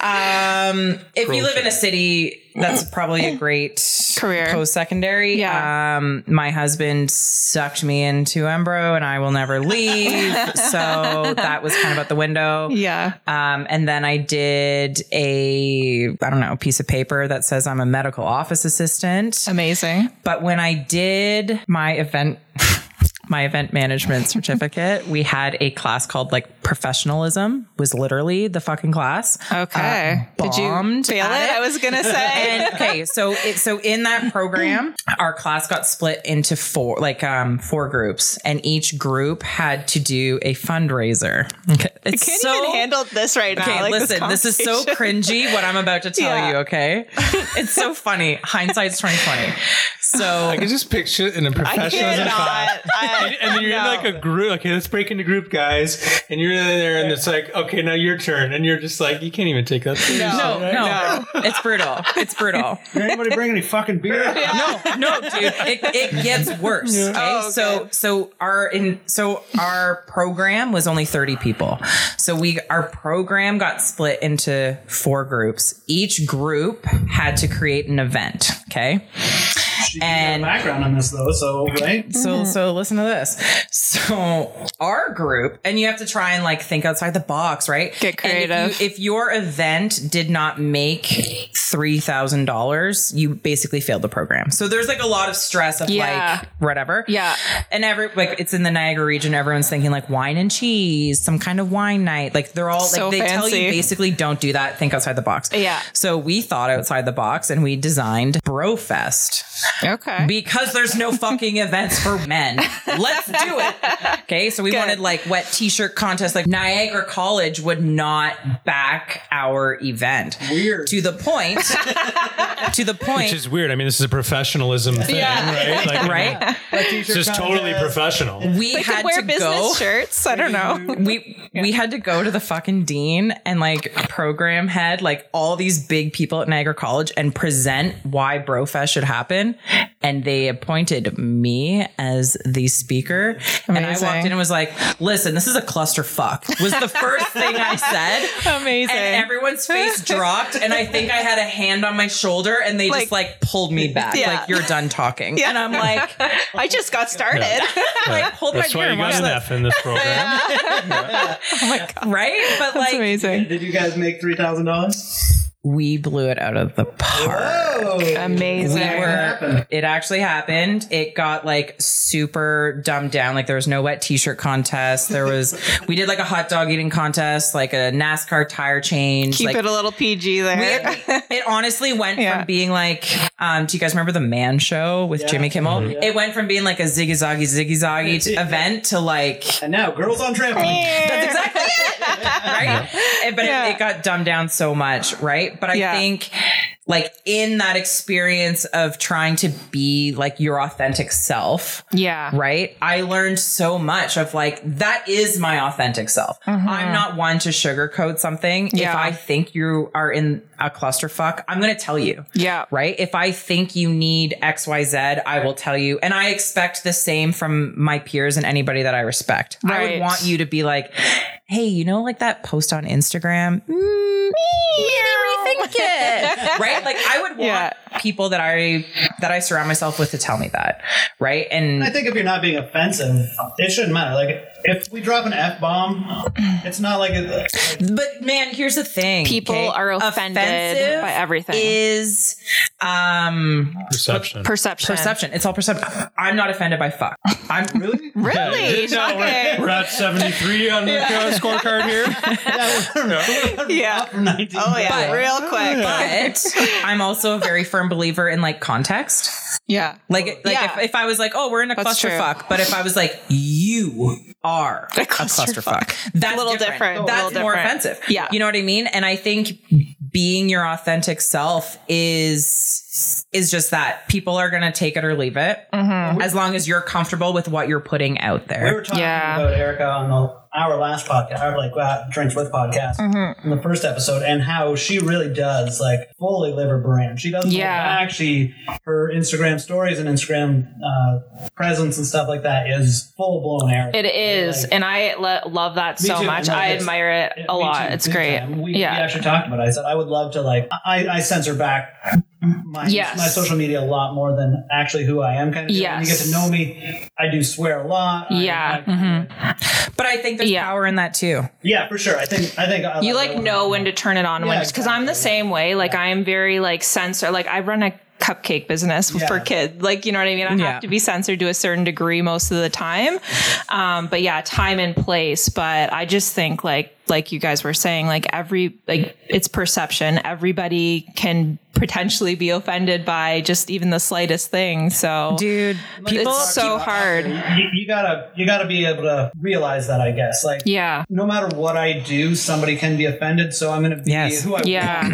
um, if you live in a Bullshit. city, that's probably a great Career. post-secondary. Yeah. Um, my husband sucked me into Embro, and I will never leave. so that was kind of out the window. Yeah. Um, and then I did a, I don't know, piece of paper that says I'm a medical office assistant. Um, Amazing. But when I did my event, my event management certificate, we had a class called like professionalism was literally the fucking class. Oh. Okay. Uh, Did you bombed fail it? at it? I was gonna say. And okay, so it, so in that program, our class got split into four, like um, four groups, and each group had to do a fundraiser. It's I can't so even handle this right now. Okay, like, listen, this, is so conversation. cringy what I'm about to tell Yeah. you, okay? It's so funny. Hindsight's 2020. So I can just picture it in a I professionalism class. cannot. I, And then you're no. in like a group. Okay, let's break into group, guys. And you're in there, and it's like, okay, now your turn. And you're just like, you can't even take that. seriously, no, right? no, it's brutal. It's brutal. Did anybody bring any fucking beer? No, no, dude, it, it gets worse. Okay? Oh, so okay. so our in so our program was only thirty people. So we our program got split into four groups. Each group had to create an event. Okay, and Background on this though, so right. So so listen to this. So our group, and you have to try and like think outside the box, right? Get And if you- creative. if, your event did not make three thousand dollars, you basically failed the program. So there's like a lot of stress of Yeah. like whatever. Yeah. And every like it's in the Niagara region, everyone's thinking like wine and cheese, some kind of wine night. Like they're all So like they tell fancy. you basically don't do that, think outside the box. Yeah. So we thought outside the box and we designed Brofest Okay. because there's no fucking events for men. Let's do it. Okay, so we wanted like wet t-shirt contests. Like Niagara College would not back our event. Weird. To the point. to the point. Which is weird. I mean, this is a professionalism thing, right? Like, right. It's just totally professional. We They had could wear to business go. shirts. I don't know. we we had to go to the fucking dean and like program head, like all these big people at Niagara College, and present why Brofest should happen. And they appointed me as the speaker. And I Amazing. walked in and was like, "Listen, this is a clusterfuck." Was the first thing I said. Amazing. And everyone's face dropped, and I think I had a hand on my shoulder, and they Like- just like pulled me back, Yeah. like you're done talking. Yeah. Oh And I'm like, I just got started. like hold That's my why beer. you why got is an that- F in this program. right? But That's like, amazing. Did you guys make three thousand dollars? we blew it out of the park. Oh, Amazing. we happened? were it actually happened it got like super dumbed down like there was no wet t-shirt contest there was we did like a hot dog eating contest like a nascar tire change Keep like, it a little PG we- there. it honestly went Yeah. from being like, um, do you guys remember the Man Show with Jimmy Kimmel? It went from being like a ziggy zaggy ziggy zaggy t- event to like And now, girls on trampoline. that's exactly it. Right? And- But it- Yeah. it, got dumbed down so much, right? But I Yeah. think like in that experience of trying to be like your authentic self, yeah. right? I learned so much of like that is my authentic self. I'm not one to sugarcoat something. Mm-hmm. Yeah. If I think you are in a clusterfuck, I'm going to tell you Yeah. right? If I think you need XYZ, I will tell you. And I expect the same from my peers and anybody that I respect. I Right. would want you to be like, hey, you know, like that post on Instagram? Mm, you need to rethink it. right? Like I would want Yeah. people that I that I surround myself with to tell me that. Right. And I think if you're not being offensive, it shouldn't matter. Like if we drop an f bomb, it's not like it, But man, here's the thing. People okay? are offended Offensive by everything. Is um Perception. Perception. perception. It's all perception. I'm not offended by fuck. I'm really. Really? No, we're, Shocking. we're at 73 on the uh, scorecard here. Yeah. oh Yeah. Real quick. but I'm also a very firm believer in like context. yeah. Like, like Yeah. if, if I was like, oh, we're in a That's true. clusterfuck, but if I was like, you are a clusterfuck. clusterfuck, that's A little different. That's A little more different. offensive. Yeah. you know what I mean. And I think being your authentic self is is just that people are gonna take it or leave Mm-hmm. it, as long as you're comfortable with what you're putting out We there. were talking Yeah. about Erica on the our last podcast, our like uh, drinks with podcast, Mm-hmm. in the first episode, and how she really does like fully live her brand. She doesn't Yeah. hold back. She her Instagram stories and Instagram uh, presence and stuff like that is full blown arrogance. It is, Like- and I lo- love that Me so too, much. no, I it's- admire it Yeah, a me lot. too, It's big great. time. We, we yeah, actually talked about it. I said I would love to like I, I censor back my Yes. my social media a lot more than actually who I am. Kind of. When you get Yes. to know me, I do swear a lot. I- Yeah. Mm-hmm. I- But I think there's Yeah. power in that too. yeah, for sure. I think I think I you like that know one. when to turn it on, when Yeah, because I'm the same way. Like I'm very like censor. Like I run a cupcake business for Yeah. kids. Like you know what I mean. I Yeah. have to be censored to a certain degree most of the time. Um, but yeah, time and place. But I just think like like you guys were saying, like every like it's perception. Everybody can potentially be offended by just even the slightest thing. So Dude, people it's so hard. you, you gotta you gotta be able to realize that. I guess like Yeah. no matter what I do, somebody can be offended. So I'm gonna be Yes. who I Yeah.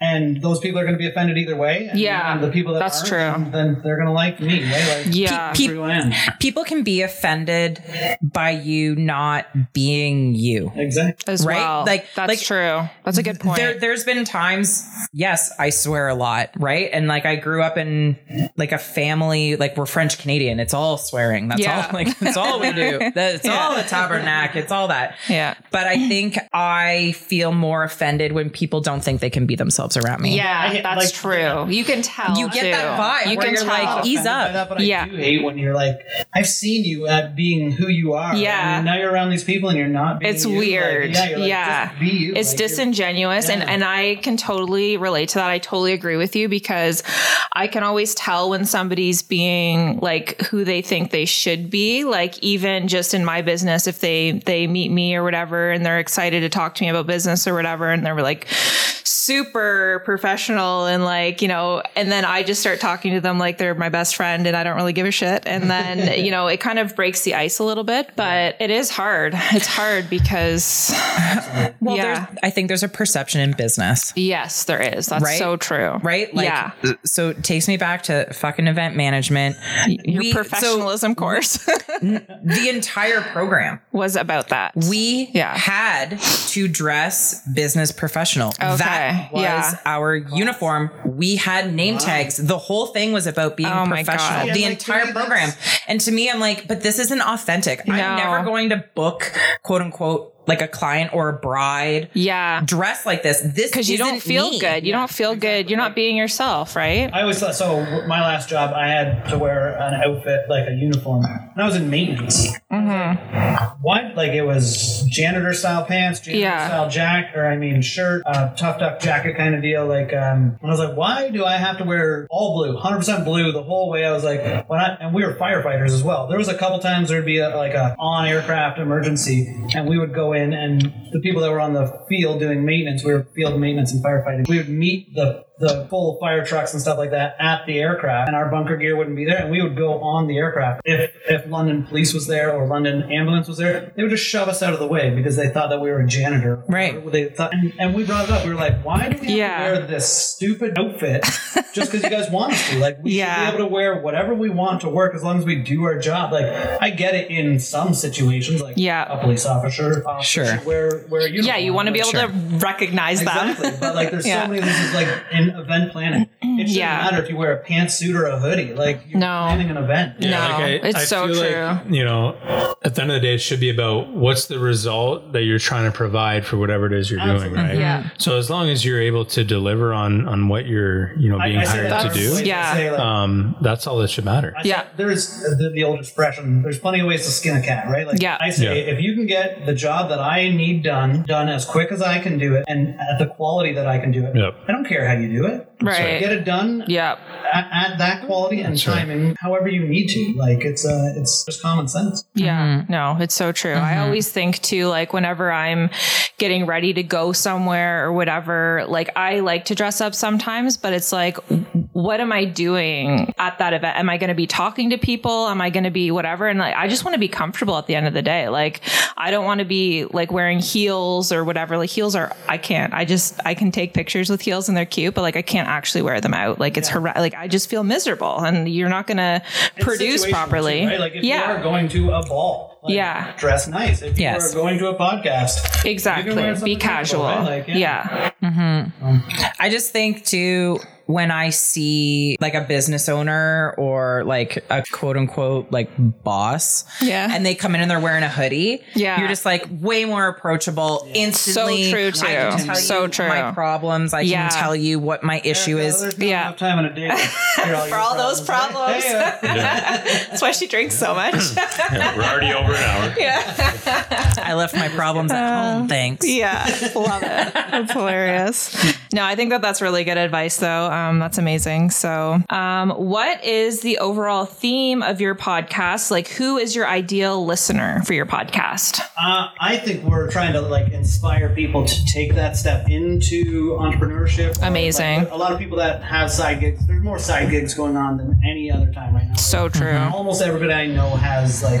and those people are gonna be offended either way. And Yeah, the people that that's aren't, Then they're gonna like me. Right? Like, Yeah. that's who I am. people can be offended by you not being you. Exactly. as Right? well. Like- that's like- true. That's a good point. There, there's been times, yes, I swear a lot, right? And like I grew up in like a family, like we're French Canadian. It's all swearing. That's Yeah. all. Like that's all we do. That's all the tabernacle. It's all that. yeah. But I think I feel more offended when people don't think they can be themselves around me. Yeah, I get, that's like- true. You can tell. You get too. that vibe You where can you're like, tell. "Eat- ease offended up. by That, but Yeah. I do hate when you're like, I've seen you at being who you are. Yeah. And now you're around these people and you're not being It's you. Like, weird. yeah. You're like, Yeah. just be you. it's Like, you're- disingenuous and, Yeah. and i can totally relate to that i totally agree with you because i can always tell when somebody's being like who they think they should be like even just in my business if they they meet me or whatever and they're excited to talk to me about business or whatever and they're like super professional and like you know and then i just start talking to them like they're my best friend and i don't really give a shit and then you know it kind of breaks the ice a little bit but it is hard it's hard because Well, Yeah. there's, I think there's a perception in business. Yes, there is. That's Right? so true. Right? Like, yeah. so it takes me back to fucking event management. Your we- so- professionalism course The entire program. was about that. We Yeah. had to dress business professional. Okay, That was yeah. our uniform. We had name tags. The whole thing was about being Oh my God. professional. Yeah, like, the to entire me, program. that's- And to me, I'm like, but this isn't authentic. No. I'm never going to book quote unquote like a client or a bride yeah. dressed like this. This Because you don't isn't feel me. good. You don't feel good. You're not being yourself, right? I always thought so. My last job, I had to wear an outfit like a uniform, and I was in maintenance. What? Like it was janitor style pants, janitor Mm-hmm. Yeah. style jack, or I mean shirt, uh, tough duck jacket kind of deal. Like, um, and I was like, why do I have to wear all blue, hundred percent blue the whole way? I was like, when I and we were firefighters as well. There was a couple times there'd be a, like a on aircraft emergency, and we would go in, and the people that were on the field doing maintenance, we were field maintenance and firefighting. We would meet the the full fire trucks and stuff like that at the aircraft, and our bunker gear wouldn't be there, and we would go on the aircraft. If if London Police was there or London Ambulance was there, they would just shove us out of the way because they thought that we were a janitor. Right. Or They thought, and, and we brought it up. We were like, why do we have Yeah. to wear this stupid outfit just because you guys want us to? Like, we Yeah. should be able to wear whatever we want to work as long as we do our job. Like, I get it in some situations, like Yeah. a police officer, officer Sure. should wear wear a uniform. Yeah, you want to be but- able to recognize Exactly, them. but like there's Yeah. so many reasons. Like in event planning, it shouldn't Yeah. matter if you wear a pantsuit or a hoodie. Like you're No. planning an event. No, it's so feel true. Like, you know, at the end of the day, it should be about what's the result that you're trying to provide for whatever it is you're Absolutely. doing, right? Yeah. So as long as you're able to deliver on on what you're you know being say hired that to as a way do, Yeah. say, like, um, that's all that should matter. I Yeah. say- there's uh, the, the old expression. There's plenty of ways to skin a cat, right? Like Yeah. I say, Yeah. if you can get the job that I need done done as quick as I can do it and at the quality that I can do it, Yep. I don't care how you do it. Right. Get it done Yeah. at, at that quality and right. timing, however you need to. Like it's uh, it's just common sense. Yeah, Mm-hmm. no, it's so true. I always think too, like whenever I'm getting ready to go somewhere or whatever, like I like to dress up sometimes, but it's like, what am I doing at that event? Am I going to be talking to people? Am I going to be whatever? And like, I just want to be comfortable at the end of the day. Like, I don't want to be like wearing heels or whatever. Like, heels are, I can't. I just, I can take pictures with heels and they're cute, but like, I can't actually wear them out. Like, it's horrific. Like, I just feel miserable and you're not going to produce situational, properly. too, right? Like if yeah. you are going to a ball, like, Yeah. dress nice. If Yes. you are going to a podcast, Exactly. wear Be something casual. comfortable, right? Like, yeah. yeah. I just think too when I see like a business owner or like a quote unquote like boss, Yeah. and they come in and they're wearing a hoodie, Yeah. you're just like way more approachable So instantly. true, I can too. tell So you My true. problems, I Yeah. can tell you what my issue Well, is. there's not Yeah. enough time in a day to hear all For your all those problems. right? uh, Yeah. That's why she drinks so much. Yeah, we're already over an hour. I left my problems at home. Thanks. Yeah, love it. That's hilarious. No, I think that that's really good advice, though. Um, that's amazing. So, um, what is the overall theme of your podcast? Like, who is your ideal listener for your podcast? Uh, I think we're trying to like inspire people to take that step into entrepreneurship. Or, Amazing. like, a lot of people that have side gigs. There's more side gigs going on than any other time right now. So true. almost everybody I know has like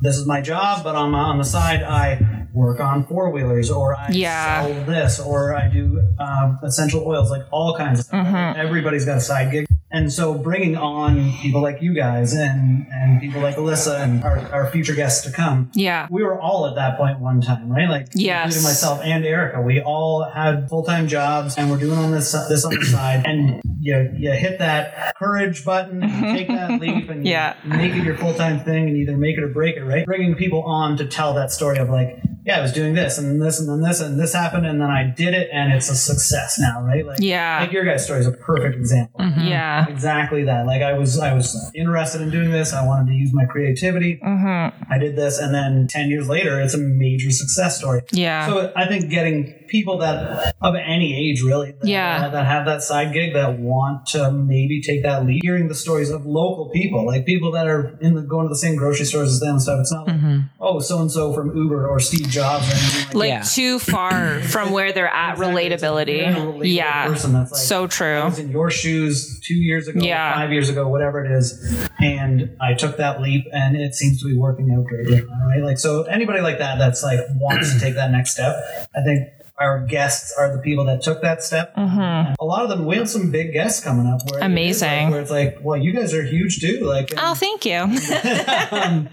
this is my job, but on my, on the side I work on four wheelers or I Yeah. sell this or I do um, essential oils, like all kinds of stuff. Mm-hmm. Everybody's got a side gig. And so bringing on people like you guys and, and people like Alyssa and our, our future guests to come. Yeah. We were all at that point one time, right? Like Yes. including myself and Erica, we all had full time jobs and we're doing on this this on the side. And you you hit that courage button, and take that leap, Mm-hmm. and you Yeah. make it your full time thing, and either make it or break it. Right, bringing people on to tell that story of like, yeah, I was doing this and this and then this and this happened, and then I did it, and it's a success now, right? Like, Yeah. Mm-hmm. like your guys' story is a perfect example Yeah. exactly that like i was i was interested in doing this i wanted to use my creativity Mm-hmm. i did this and then 10 years later it's a major success story Yeah. so i think getting people that of any age really that, uh, Yeah. that have that side gig that want to maybe take that lead hearing the stories of local people like people that are in the going to the same grocery stores as them and stuff it's not like Mm-hmm. oh so and so from uber or steve jobs or anything like, Like Yeah. too far from where they're at Exactly. It's a very relatability. relatable Yeah. person that's like, So I true. was in your shoes two years ago, Yeah. five years ago, whatever it is, and I took that leap, and it seems to be working out greatly. All right, like so, anybody like that that's like wants to take that next step, I think our guests are the people that took that step. And A lot of them. We have some big guests coming up. Where it is, like, Mm-hmm. Amazing. where it's like, well, you guys are huge too. Like, and um, Oh, thank you.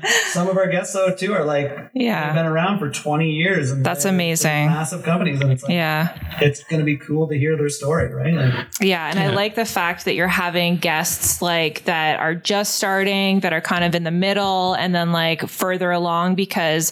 some of our guests though too are like, Oh. Yeah. they've been around for twenty years, and That's they're- they're amazing. Massive companies, and it's like, Yeah. it's going to be cool to hear their story, right? Like, Yeah, and I like the fact that you're having guests like that are just starting, that are kind of in the middle, and then like further along because,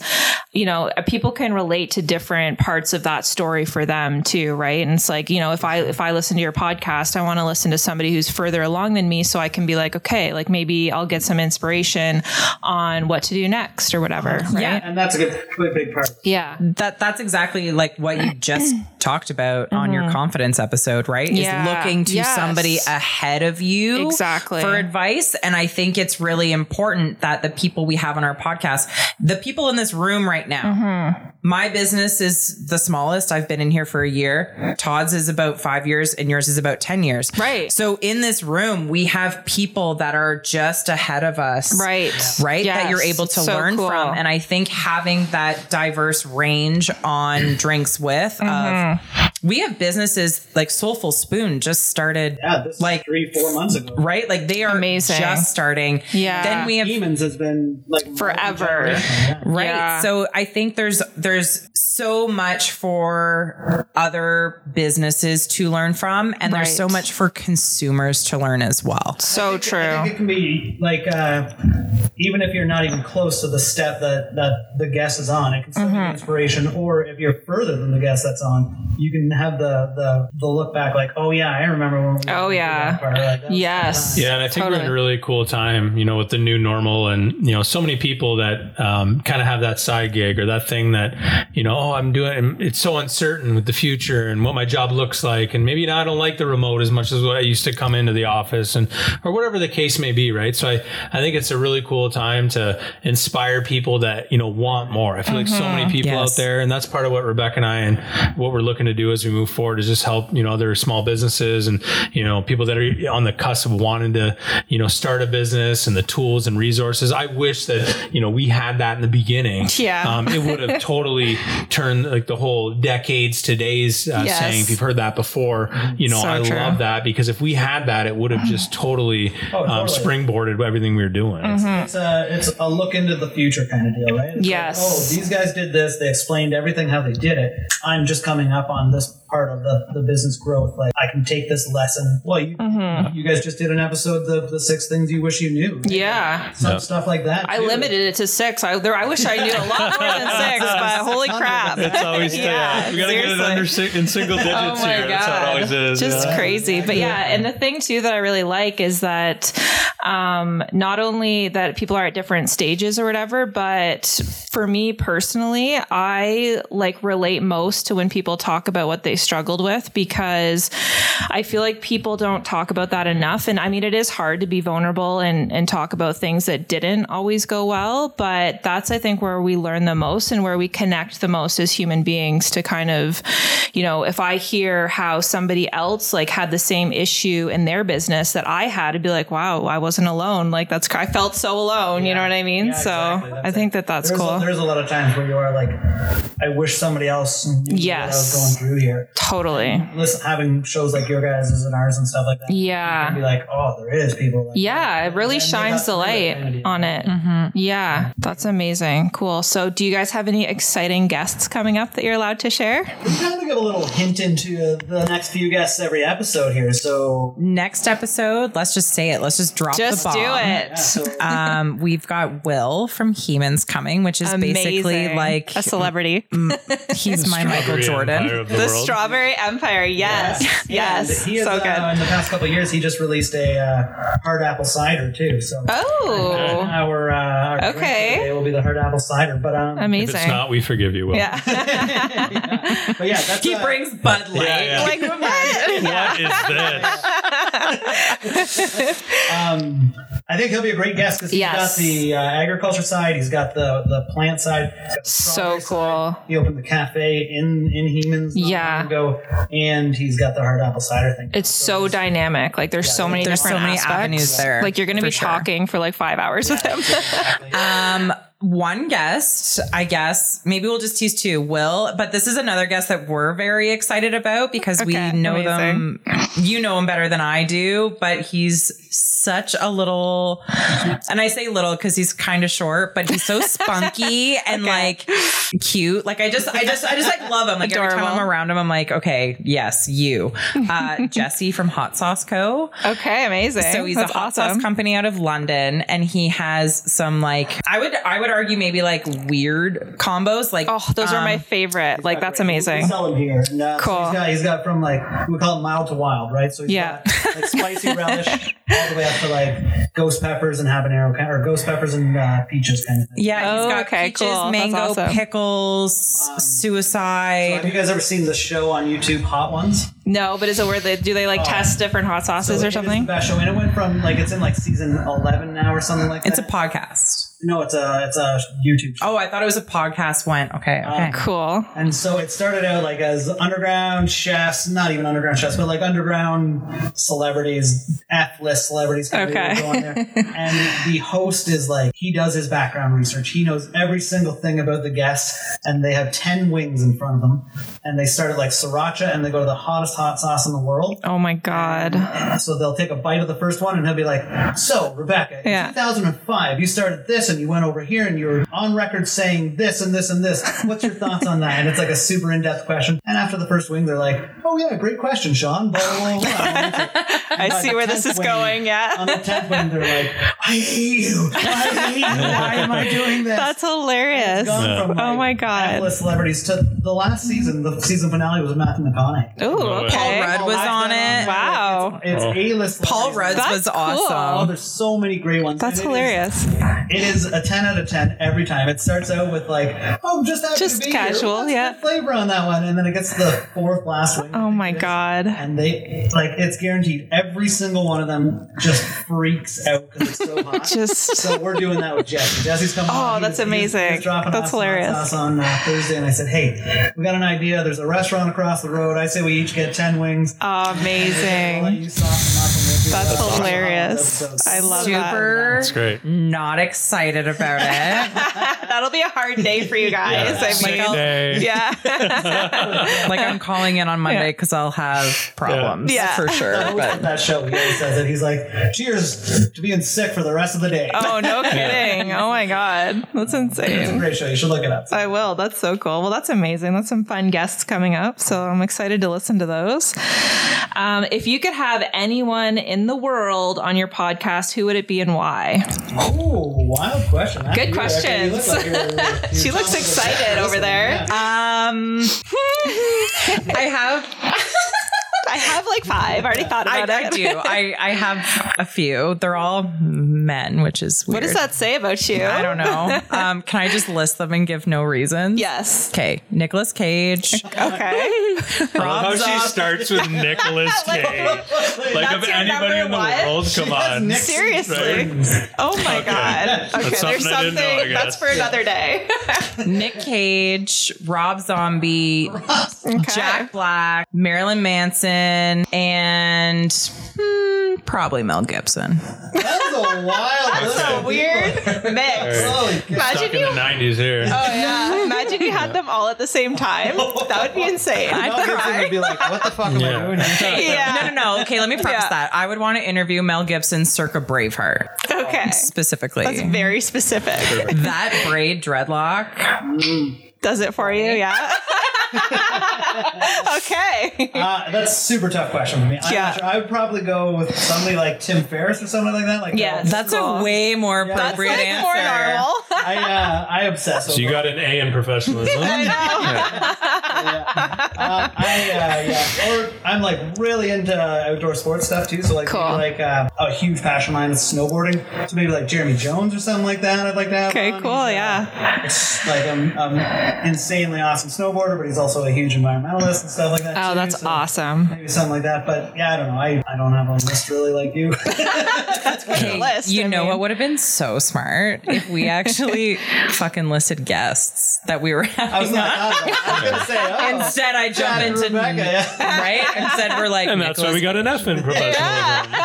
you know, uh, people can relate to different parts of that story for them too, right? And it's like, you know, if I if I listen to your podcast, I want to listen to somebody who's further along than me, so I can be like, okay, like maybe I'll get some inspiration on what to do next or whatever, right? Yeah. and that's a good, good big part. Yeah. that that's exactly like what you just talked about on your confidence episode, right? Mm-hmm. Yeah. Is looking to Yes. somebody ahead of you Exactly. for advice. And I think it's really important that the people we have on our podcast, the people in this room right now, Mm-hmm. my business is the smallest. I've been in here for a year. Todd's is about five years and yours is about 10 years. Right. So in this room, we have people that are just ahead of us Right. right that you're Yes. able to So learn cool. from and i think having that diverse range on drinks with of, Mm-hmm. we have businesses like soulful spoon just started Yeah, this Like- like three, four months ago. right like they are Amazing. just starting Yeah. then we have Demons has been like Forever. right Yeah. so i think there's there's so much for other businesses to learn from and there's Right. so much for consumers to learn as well So I true. think it can be like uh, even if you're not even close to the step that that the guest is on, it can still Mm-hmm. be inspiration. Or if you're further than the guest that's on, you can have the the, the look back like, oh yeah, I remember when. We Oh, did yeah. that part. Like, that was Yes. Yeah, and I think we're in Totally. a really cool time, you know, with the new normal, and you know, so many people that um, kind of have that side gig or that thing that, you know, oh, I'm doing, and it's so uncertain with the future and what my job looks like. And maybe now I don't like the remote as much as what I used to come into the office and, or whatever the case may be. Right. So I, I think it's a really cool time to inspire people that, you know, want more. I feel like so Mm-hmm. many people Yes. out there, and that's part of what Rebecca and I and what we're looking to do as we move forward is just help, you know, other small businesses and, you know, people that are on the cusp of wanting to, you know, start a business and the tools and resources. I wish that, you know, we had that in the beginning. Yeah. Um, it would have totally turned like the whole decades today's uh, Yes. saying. If you've heard that before, you know, So I true. love that because if we had that, it would have just totally, Oh, Um, totally. springboarded everything we were doing. Mm-hmm. It's a, it's a look into the future kind of deal, right? It's Yes. Like, oh, these guys did this. They explained everything how they did it. I'm just coming up on this part of the, the business growth. Like I can take this lesson. Well, you, you guys just did an episode the the six things you wish you knew. Mm-hmm. Yeah. Some stuff like that. I too. limited it to six. I there. I wish I knew a lot more than six, but holy crap! It's always Yeah, yeah. We gotta get it seriously. under si- in single digits Oh my here. That's how it God. always is. just yeah. crazy but yeah and the thing too that i really like is that um not only that people are at different stages or whatever but for me personally i like relate most to when people talk about what they struggled with because i feel like people don't talk about that enough and i mean it is hard to be vulnerable and and talk about things that didn't always go well but that's i think where we learn the most and where we connect the most as human beings to kind of you know if i hear how somebody else like had the same issue in their business that i had to be like wow i wasn't alone like that's i felt so alone you know what i mean Yeah, so exactly. That's i think it. that that's there's cool A, there's a lot of times where you are like, I wish somebody else knew Yes. what I was going through here. totally Listen, having shows like your guys' and ours and stuff like that. yeah and Be like, oh, there is people. Like Yeah, it really And they shines got the through light it, kind of deal. on it. Mm-hmm. Yeah, that's amazing. Cool. So, do you guys have any exciting guests coming up that you're allowed to share? kind of give a little hint into uh, the next few guests every episode here. So, Next episode, let's just say it. Let's just drop Just the bomb. do it. so Um, we've got Will from Humans coming, which is basically Amazing. like a celebrity. he's my Michael Strawberry Empire Jordan. of The The world. Strawberry Empire. Yes. Yes. he is, so uh, good. in the past couple of years, he just released a uh, hard apple cider too. So Oh, our, uh, our drink Okay. today will be the hard apple cider. But um, If it's amazing. not, we forgive you. Will. yeah. but yeah, that's He uh, brings Bud Light. Yeah, like, what? yeah. What is this? Um, I think he'll be a great guest because he's Yes. got the uh, agriculture side, he's got the the plant side. he's got the So strawberry cool. side. He opened the cafe in in Hemans. not long Yeah. ago, and he's got the hard apple cider thing. It's so dynamic. Like, there's so many There's so different many aspects. avenues there. Like, you're going to for be sure. talking for like five hours with him. Um, one guest, I guess, maybe we'll just tease two, Will, but this is another guest that we're very excited about because Okay, we know them, you know him better than I do, but he's such a little, and I say little because he's kind of short, but he's so spunky and like cute. Like I just, I just, I just like love him. Like every time Adorable. I'm around him, I'm like, okay, yes, you, uh, Jesse from Hot Sauce Co. okay, amazing. So he's That's a hot awesome. sauce company out of London, and he has some like I would I would argue maybe like weird combos. Like Oh, those are my um, favorite. Like, that's We amazing. sell them here. And, uh, so Cool. he's, got, he's got from like we call it mild to wild, right? So he's Yeah. got like spicy relish all the way up to like ghost peppers and habanero kind or ghost peppers and uh, peaches kind of thing. yeah. He's Oh, got okay, peaches, cool. That's mango, awesome. pickles, So have suicide. you guys ever seen the show on YouTube, Hot Ones? No, but is it where they do they like test different hot sauces Oh. So or it is something? the best show, and it went from like it's in like season eleven now or something like It's a that. podcast. no, it's a it's a YouTube. Show. Oh, I thought it was a podcast. Went okay, okay. Cool. And so it started out like as underground chefs, not even underground chefs, but like underground celebrities, F-list celebrities. kind of Okay. Going there. and the host is like, he does his background research. He knows every single thing about the guests, and they have 10 wings in front of them. And they start at like sriracha, and they go to the hottest hot sauce in the world. Oh my god. So they'll take a bite of the first one, and he'll be like, "So, Rebecca, in Yeah. 2005, you started this, and you went over here, and you were on record saying this and this and this. What's your thoughts on that?" And it's like a super in-depth question. And after the first wing, they're like, "Oh yeah, great question, Sean." Blah, blah, blah, blah. I By see the Um, where this tenth is wing- going. On Yeah. the tenth wing, they're like, "I hate you. I hate you. Why am I doing this?" That's hilarious. Gone from, Oh like, my God. F-list celebrities to the last season. The season finale was Matthew McConaughey. Ooh, Paul okay. Rudd was on it. Wow. It's Oh. A-list. Paul celebrities. Rudd's was That's cool. Oh, awesome. there's so many great ones. That's And it is- hilarious. It is, is a 10 out of 10 every time. It starts out with like, oh, I'm just happy Just to be casual, here. What's yeah. the flavor on that one, and then it gets to the fourth last one. Oh my god. And they like it's guaranteed every single one of them just freaks out because it's so hot. Just So we're doing that with Jesse. Jesse's coming. Oh, on. He that's was- he was- he was amazing. dropping That's off some hot hilarious. Sauce on uh, Thursday, and I said, "Hey, we got an idea. There's a restaurant across the road. I say we each get ten wings. I'll let amazing. you soften up and we'll do That's a- hilarious. episode." I love that. Super That's great. not excited about it. That'll be a hard day for you guys. I Sick mean, day. yeah. like I'm calling in on Monday because I'll have problems Yeah. for sure. But that show. He always says it. He's like, "Cheers to being sick for the rest of the day." oh, no kidding. Oh my god. That's It's a insane. great show. You should look it up. I will. That's so cool. Well, that's amazing. That's some fun guests coming up. So I'm excited to listen to those. Um, if you could have anyone in the world on your podcast, who would it be and why? Oh, wild question. That's Good weird. Okay, you look like you're- She you're looks talking excited about over there. Yeah. um, I have I have like five. I already thought I, about it. I do. I, I have a few. They're all men, which is weird. What does that say about you? I don't know. Um, can I just list them and give no reasons? Yes. Okay. Nicolas Oh Cage. Okay. How Rob she Zombie. starts with Nicholas Cage. Like That's of your anybody number in the one? world, come on. Nick- Seriously. Oh my God. Okay, there's something I didn't something know, I guess. that's for another day. Nick Cage, Rob Zombie, Okay. Jack Black, Marilyn Manson, and hmm, probably Mel Gibson. That's a wild. That's a weird mix. Holy cow. Stuck Imagine in you. the 90s here. Oh yeah. Imagine you had them all at the same time. That would be insane. Mel Gibson would be like, "What the fuck am Yeah. I doing?" here?" No, yeah. no, no. Okay, let me preface Yeah. that. I would want to interview Mel Gibson circa Braveheart Okay. specifically. That's very specific. that braid dreadlock. Does it for you? Yeah. okay. Uh, that's a super tough question for me. I'm Yeah. not sure. I would probably go with somebody like Tim Ferriss or something like that. Like, Yes. That's a Cool. way more That's appropriate Like answer. more normal. I uh, I obsess. Over So you got an A in professionalism. Um, I, uh, yeah. Or I'm like really into outdoor sports stuff too. So like, Cool. maybe, like uh, a huge passion of mine is snowboarding. So maybe like Jeremy Jones or something like that. I'd like to have. Okay, on. cool, He's, uh, yeah. It's like an um, insanely awesome snowboarder, but he's also a huge environmentalist and stuff like that. Oh, too, that's so awesome. Maybe something like that. But yeah, I don't know. I, I don't have a list really like you. Okay, list, You I know mean. what would have been so smart if we actually fucking listed guests that we were having I was like, on. I was gonna say, oh, Instead, I jump Chad and into Rebecca. Yeah. right. Instead, we're like, And that's why Nicolas we got an F in professionalism.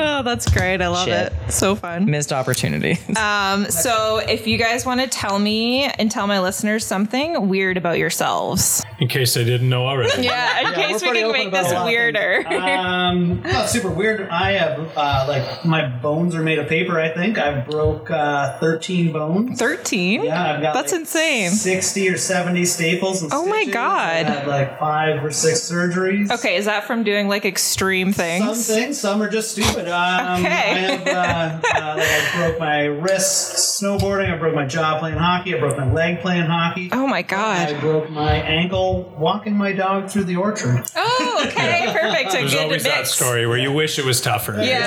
Oh, that's great. I love Shit. it. So fun. missed opportunity. Um, so if you guys want to tell me and tell my listeners something weird about yourselves. In case they didn't know already. Yeah, in Yeah, we're case we pretty can open make about this a lot of things. weirder. um, oh, super weird. I have uh, like my bones are made of paper. I think I broke uh, thirteen bones. 13? Yeah, I've got That's like, insane. Sixty or seventy staples. And Oh my stitches. God. I had like five or six surgeries. Okay, is that from doing like extreme Some things? things, some are just stupid. Um, Okay. I have, uh, uh, like I broke my wrist snowboarding. I broke my jaw playing hockey. I broke my leg playing hockey. Oh my I god. broke my ankle walking my dog through the orchard. Oh, okay, perfect. A There's good always mix. that story where you wish it was tougher. Yeah.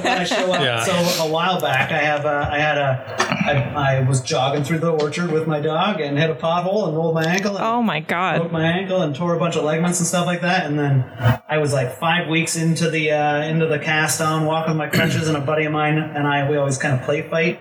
That's when I show up. Yeah. So a while back, I have uh, I had a I, I was jogging through the orchard with my dog and hit a pothole and rolled my ankle. And Oh my god. Broke my ankle and tore a bunch of ligaments and stuff like that, and then I was like five weeks into the uh, into the cast on, walking with my crutches, and a buddy of mine and I we always kind of play fight,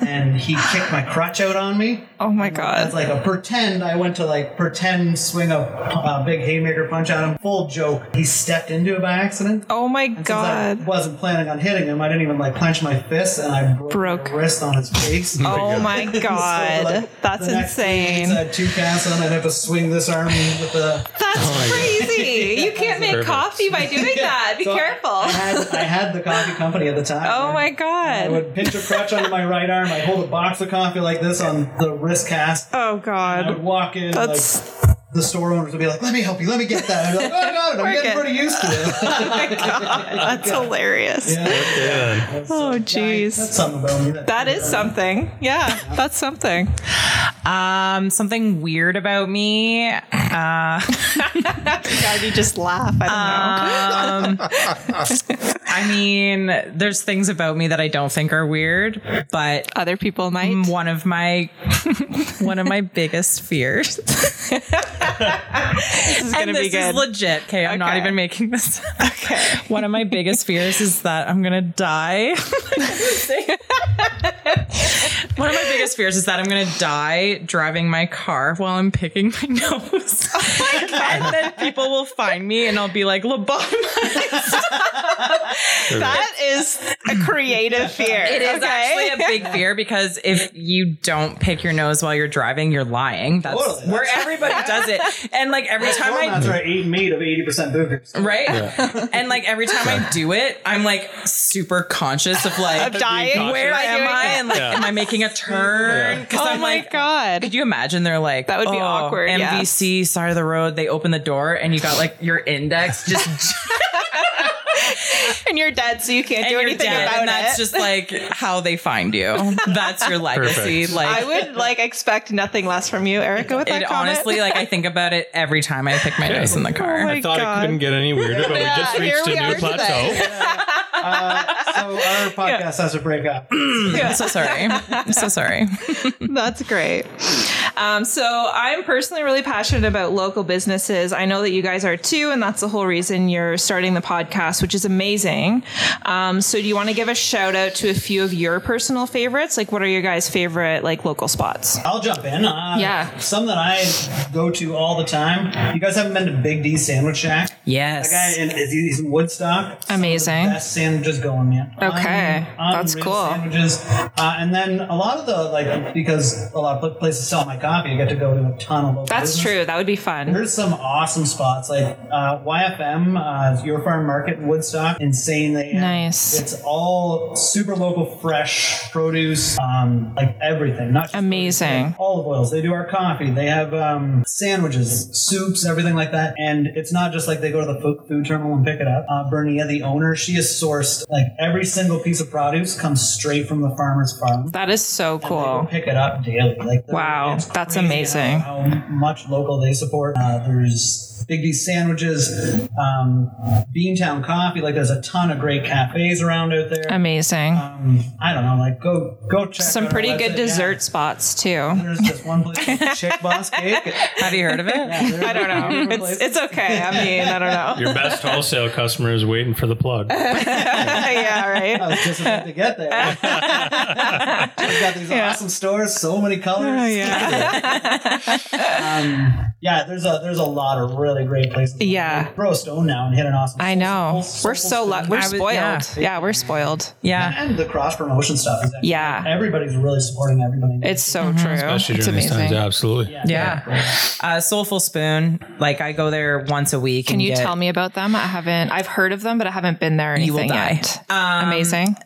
and he kicked my crutch out on me. Oh my That's god. like a pretend. I went to like pretend swing a, a big haymaker punch at him, full joke. He stepped into it by accident. Oh my And since I god. wasn't planning on hitting him. I didn't even like clench my fist, and I broke, Broke. my wrist on his face. Oh my So, like, god. the That's next few weeks, I insane. had two casts on. I'd have to swing this arm with Oh, the. That's crazy. You can't make coffee by doing that. Be So I- careful. I had, I had the coffee company at the time. Oh and my I god. would pinch a crutch under my right arm. I'd hold a box of coffee like this on the wrist cast. Oh I would god. walk in. That's Like, the store owners would be like, "Let me help you. Let me get that." I'd be like, "Oh god, I'm Work getting it. pretty used to it." oh my god. That's hilarious. Oh, Yeah. So, jeez. That's something about me. That is something. Yeah, that's something. Um, something weird about me. Uh, Already just laugh. I don't Uh, Um, I mean, there's things about me that I don't think are weird, but know. Other people might. one of my one of my biggest fears. This is and gonna this be good. is legit. Okay, I'm not Okay. even making this. Up. Okay. One of my biggest fears is that I'm gonna die. One of my biggest fears is that I'm gonna die driving my car while I'm picking my nose, and then people will find me and I'll be like lobotomized. that is a creative fear. It is okay? actually a big fear because if you don't pick your nose while you're driving, you're lying. That's Totally. where everybody does it. And like every time I Walnuts are eight made of eighty percent boogers. right? and like every time I do it, I'm like super conscious of like Of dying. where by am doing I? it. And like, am I making a turn? Because Oh I'm my like, god. could you imagine? They're like, That would be "Oh, awkward, yeah." MVC side of the road. They open the door, and you got like your index just and you're dead, so you can't and do you're anything dead, about and that's it. just like how they find you. That's your legacy. Like I would like expect nothing less from you, Erica. With that it comment. honestly, like I think about it every time I pick my nose in the car. Oh my I thought God. it couldn't get any weirder, but Yeah, we just here reached we a are new today. plateau. Uh, so our podcast has to break up. I'm so sorry. I'm so sorry. that's great. Um, so I'm personally really passionate about local businesses. I know that you guys are too, and that's the whole reason you're starting the podcast, which is amazing. Um, so do you want to give a shout out to a few of your personal favorites? Like, what are your guys' favorite like local spots? I'll jump in. Uh, Yeah. Some that I go to all the time. You guys haven't been to Big D Sandwich Shack? Yes. That guy in, is he- he's in Woodstock. Some of the Amazing. best sandwiches going, man. Okay. That's unreal cool. Sandwiches, uh, and then a lot of the like because a lot of places sell my coffee. I get to go to a ton of. Local That's businesses. true. That would be fun. There's some awesome spots like uh, YFM, uh, Your Farm Market in Woodstock. Insane they have. Nice. It's all super local, fresh produce, um, like everything. Not just Amazing. olive oils. They do our coffee. They have um, sandwiches, soups, everything like that. And it's not just like they go to the food, food terminal and pick it up. Uh, Bernia, the owner, she has sourced like every single piece of produce comes straight from the farmer's farm. That is so They go cool. Pick it up daily. Like the- Wow, it's that's crazy amazing. How, how much local they support. Uh, there's Big D sandwiches, um, Beantown coffee. Like there's a ton of great cafes around out there. Amazing. um, I don't know. Like go go check out Some our pretty good website. Yeah. dessert spots too. There's this one place, called Chick Boss Cake. Have you heard of it? I don't know. It's it's okay. I mean, I don't know. Your best wholesale customer is waiting for the plug. yeah, Oh, right. I was just about to get there. We've got these awesome stores, so many Oh, colors. yeah. um, yeah, there's a there's a lot of really great places. Yeah. Throw a stone now and hit an awesome. I know. We're so lu- we're I was- spoiled. yeah. Yeah. we're spoiled. Yeah. And the cross promotion stuff is actually- Yeah. Everybody's really supporting everybody. It's so true. Especially it's during these times, amazing. yeah, absolutely. Yeah. Uh, Soulful Spoon. Like I go there once a week. Can and you get- tell me about them? I haven't. I've heard of them, but I haven't been there. Or You will anything die. Yet. Amazing.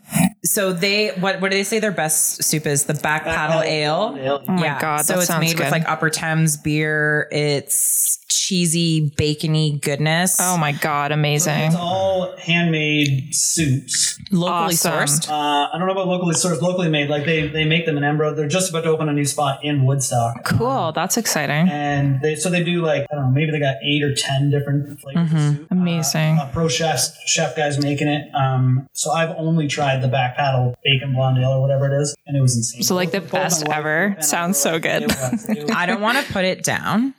So they what what do they say their best soup is? The back paddle ale. ale. yeah. Oh God, so that it's sounds made with good. like Upper Thames beer. It's cheesy, bacony goodness. Oh my god, amazing. It's all handmade soups. locally awesome. sourced. Uh, I don't know about locally sourced, locally made. Like they, they make them in Embro. They're just about to open a new spot in Woodstock. Cool. That's exciting. and they so they do like I don't know maybe they got eight or ten different flavors. of Mm-hmm. soup. Amazing. Uh, pro chefs, chef guys making it. Um, so I've only tried the back paddle bacon blonde ale or whatever it is, and it was insane. So, like, the Told my best wife, ever. and I Sounds so realized good. it was- it was- I don't want to put it down,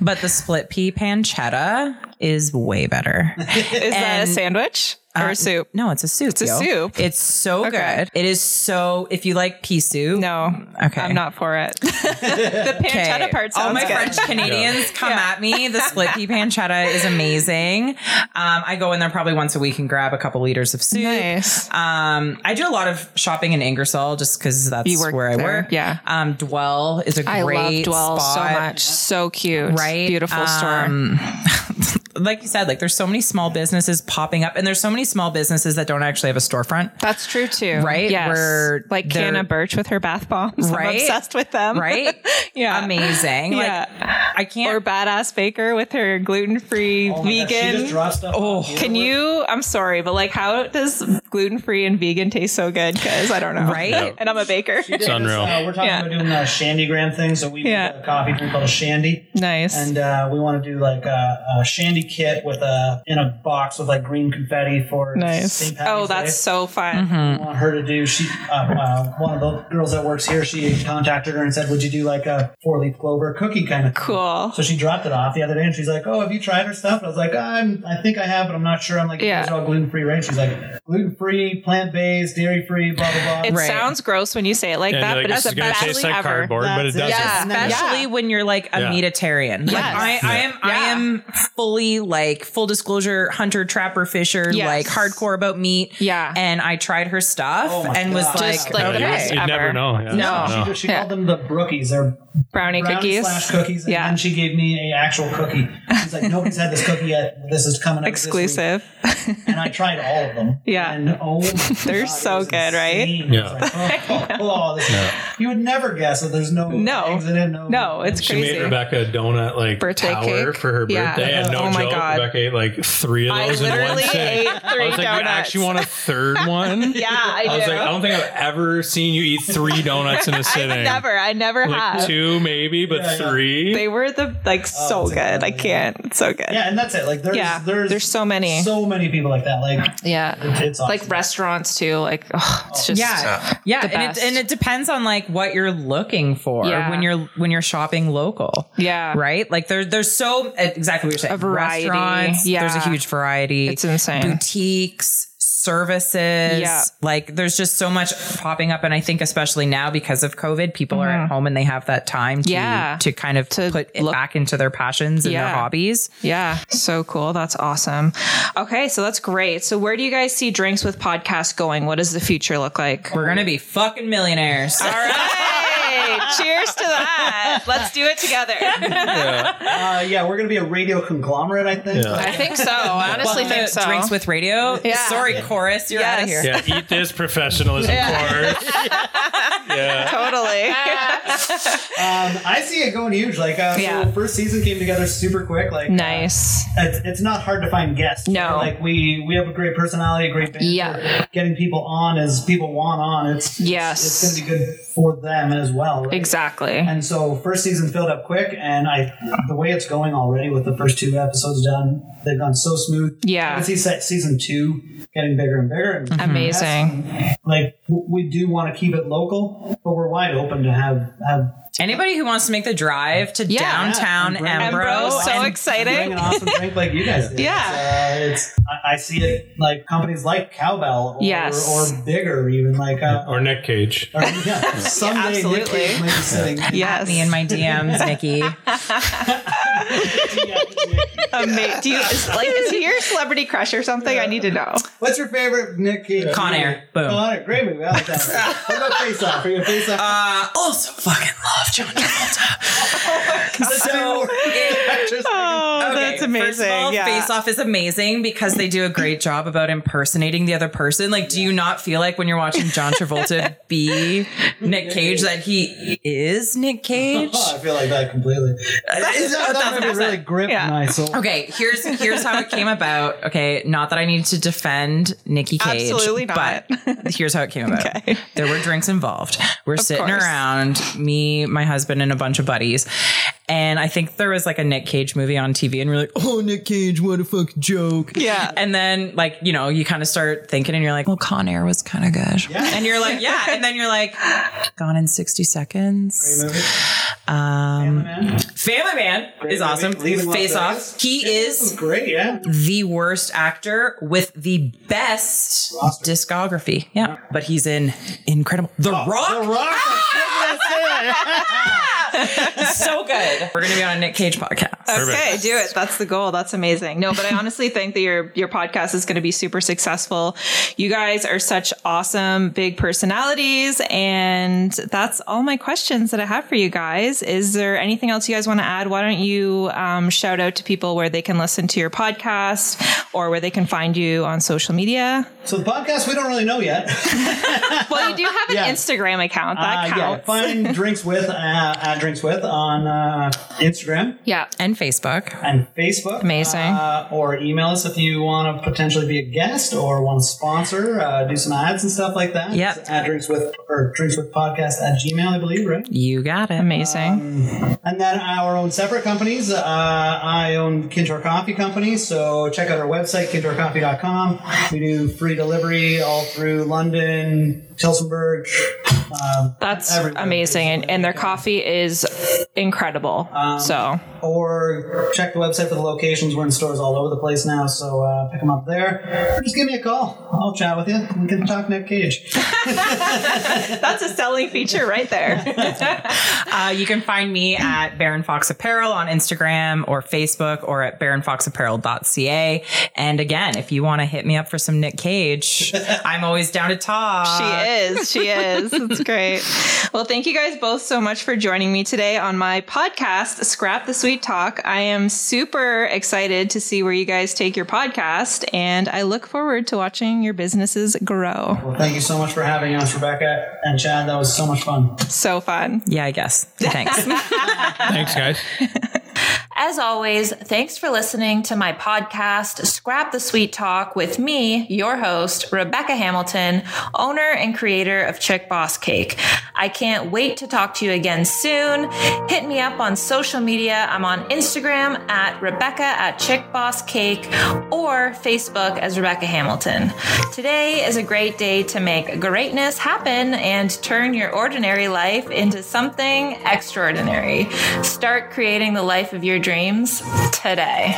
but the split pea pancetta is way better. Is that a and- sandwich or a soup? No, it's a soup. It's a soup. It's so Okay. good. It is so. If you like pea soup, No, Okay. I'm not for it. the pancetta part sounds All my good. French Canadians come at me. The split pea pancetta is amazing. Um, I go in there probably once a week and grab a couple liters of soup. Nice. Um, I do a lot of shopping in Ingersoll just because that's You work where I there, work. yeah. Um, Dwell is a I great love Dwell spot. so much. So cute. Right? Beautiful store. Um, like you said, like there's so many small businesses popping up, and there's so many small businesses that don't actually have a storefront. That's true too. Right? Yes. Where like they're- Canna Birch with her bath bombs. Right? I'm obsessed with them. Right? Yeah. Amazing. Yeah. Like I can't Or badass baker with her gluten-free Oh my gosh, she just vegan. dropped stuff. Oh. off. You know Can what? you? I'm sorry, but like, how does gluten-free and vegan taste so good? Because I don't know. Right? And I'm a baker. She did this, unreal. Uh, we're talking Yeah. about doing a shandygram thing, so we Yeah. make a coffee drink called a shandy. Nice. And uh, we want to do like a, a shandy kit with a in a box with like green confetti for nice. St. Patty's Oh, that's Day. so fun. Mm-hmm. I want her to do. She, uh, uh, one of the girls that works here, she contacted her and said, "Would you do like a four leaf clover cookie kind of?" thing?" Cool. So she dropped it off the other day, and she's like, "Oh, have you tried her stuff?" And I was like, "I'm, I think I have, but I'm not sure." I'm like, Yeah. "These are all gluten free, right?" She's like, "Gluten free, plant based, dairy free, blah blah blah." It Right. sounds gross when you say it like and that, you're like, but this it's is the going to best taste thing like ever. cardboard, but it That's it. doesn't. Yeah. especially Yeah. when you're like a Yeah. meatitarian. Like Yes. I, I am, I Yeah. am fully like full disclosure hunter, trapper, fisher, Yes. like hardcore about meat. Yeah. And I tried her stuff Oh my and was God. like, Just like No, the you- best you'd, ever. never know. Yeah. No. I don't know. She, she Yeah. called them the brookies. They're Brownie, brownie cookies. slash cookies. And Yeah. then she gave me a actual cookie. She's like, nobody's had this cookie yet. This is coming up this week." Exclusive. and I tried all of them. Yeah. and oh, my They're God, so it was good, right? insane. Yeah. It's like, oh, oh, oh, this- you would never guess that there's no No. eggs in it. No, No, it's She crazy. made Rebecca a donut like Birthday tower cake. for her Yeah. birthday, and no Oh my joke, God. Rebecca ate like three of I those in one literally sitting. ate I three was like, you actually donuts." want a third one? yeah, I, I was do. like, "Oh, I don't think I've ever seen you eat three donuts in a sitting. I've never, I never like have. two Oh, maybe, but Yeah, yeah. three. They were the like so it's good. I incredible. can't. It's so good. yeah, and that's it. Like there's Yeah. there's There's so many. so many people like that. Like Yeah. it's awesome. Like restaurants too. Like oh, it's just yeah, yeah, The and it, best. and it depends on like what you're looking for Yeah. when you're when you're shopping local, Yeah. right? Like there's there's so e, exactly what you're saying. A variety. Restaurants, Yeah. there's a huge variety. It's insane. boutiques, services. Yeah. Like there's just so much popping up. And I think especially now because of COVID, people are at home and they have that time to, Mm-hmm. Yeah. to kind of To put it look- back into their passions and Yeah. their hobbies. Yeah. So cool. That's awesome. Okay, so that's great. So where do you guys see drinks with podcast going? What does the future look like? We're gonna be fucking millionaires. All right. Cheers to that. Let's do it together. uh, yeah, we're gonna be a radio conglomerate. I think. Yeah. I think so. I honestly think so. Drinks with radio. Yeah. Sorry, chorus, you're out of here. Yes. yeah, eat this professionalism course. yeah. totally. Um, I see it going huge. Like, uh, Yeah. so first season came together super quick. Like, uh, nice. it's, it's not hard to find guests. No. like we we have a great personality, a great band. Yeah. getting people on as people want on. It's Yes. it's, going to be good for them as well. right? Exactly. And so first season filled up quick, and I the way it's going already with the first two episodes done, they've gone so smooth. Yeah. I can see se- season two getting bigger and bigger. And Amazing. like w- we do want to keep it local, but we're wide open to have have Anybody who wants to make the drive to Yeah. downtown Yeah, and bring- Embro, Bro, so and bring exciting. an awesome drink like you guys did. Yeah. It's, uh, it's I, I see it like companies like Cowbell, or, Yes. or bigger even like uh, Or Nick Cage. or, yeah, someday Nick absolutely. Cage might be sitting. Yes. me in my DMs, Nikki. Ama- do you is, like is he your celebrity crush or something? I need to know. What's your favorite Nick Cage? Con movie? Air. Boom. Con Air, great movie. I like that. one. what about Face Off? Are you a Face Off? Uh, also fucking love John Travolta. so Oh, Okay, First of all, Face Off is amazing because they do a great job about impersonating the other person. Like, do you not feel like when you're watching John Travolta be Nick Cage that he is Nick Cage? oh, I feel like that completely. Uh, That, that movie really gripped Yeah. my soul. Okay, here's here's how it came about. Okay, not that I need to defend Nikki Cage. Absolutely not. But here's how it came about. There were drinks involved. We're sitting course. around, me, my husband, and a bunch of buddies. And I think there was like a Nick Cage movie on TV, and we're like, oh, Nick Cage, what a fuck joke. Yeah. And then, like, you know, you kind of start thinking, and you're like, well, Con Air was kind of good. And you're like, yeah. And then you're like, gone in 60 seconds. Movie. Um, Family Man is movie. awesome. Leaving Las Face Vegas. off. He is great, yeah. the worst actor with the best discography. Oh, Yeah. But he's in incredible The Rock. Rock. so good. We're gonna be on a Nick Cage podcast. Okay, do it. That's the goal. That's amazing. No, but I honestly think that your your podcast is going to be super successful. You guys are such awesome big personalities, and that's all my questions that I have for you guys. Is there anything else you guys want to add? Why don't you um, shout out to people where they can listen to your podcast or where they can find you on social media? So the podcast we don't really know yet. well, you do have an Yeah. Instagram account Uh, that yeah, counts. find drinks with uh, at drinks with on uh, Instagram Yeah. And Facebook. and Facebook. Amazing. Uh, or email us if you want to potentially be a guest or want to sponsor, uh, do some ads and stuff like that. Yep. It's At drinks with or drinks with podcast at Gmail, I believe, right? You got it. Amazing. And then our own separate companies. Uh, I own Kintor Coffee Company, so check out our website, kintorcoffee.com. We do free delivery all through London, Tilsonburg. Um, That's everywhere. amazing. And, and their coffee is incredible. Um, so Or check the website for the locations. We're in stores all over the place now, so uh, pick them up there. Or just give me a call. I'll chat with you. We can talk Nick Cage. That's a selling feature right there. Uh, you can find me at Baron Fox Apparel on Instagram or Facebook or at baronfoxapparel.ca. And again, if you want to hit me up for some Nick Cage, I'm always down to talk. She Uh, is. She is. It's great. Well, thank you guys both so much for joining me today on my podcast, Scrap the Sweet Talk. I am super excited to see where you guys take your podcast, and I look forward to watching your businesses grow. Well, thank you so much for having us, Rebecca and Chad. That was so much fun. So fun. Yeah, I guess. Thanks. Thanks, guys. As always, thanks for listening to my podcast, Scrap the Sweet Talk, with me, your host, Rebecca Hamilton, owner and creator of Chick Boss Cake. I can't wait to talk to you again soon. Hit me up on social media. I'm on Instagram at Rebecca at Chick Boss Cake or Facebook as Rebecca Hamilton. Today is a great day to make greatness happen and turn your ordinary life into something extraordinary. Start creating the life of your dreams today.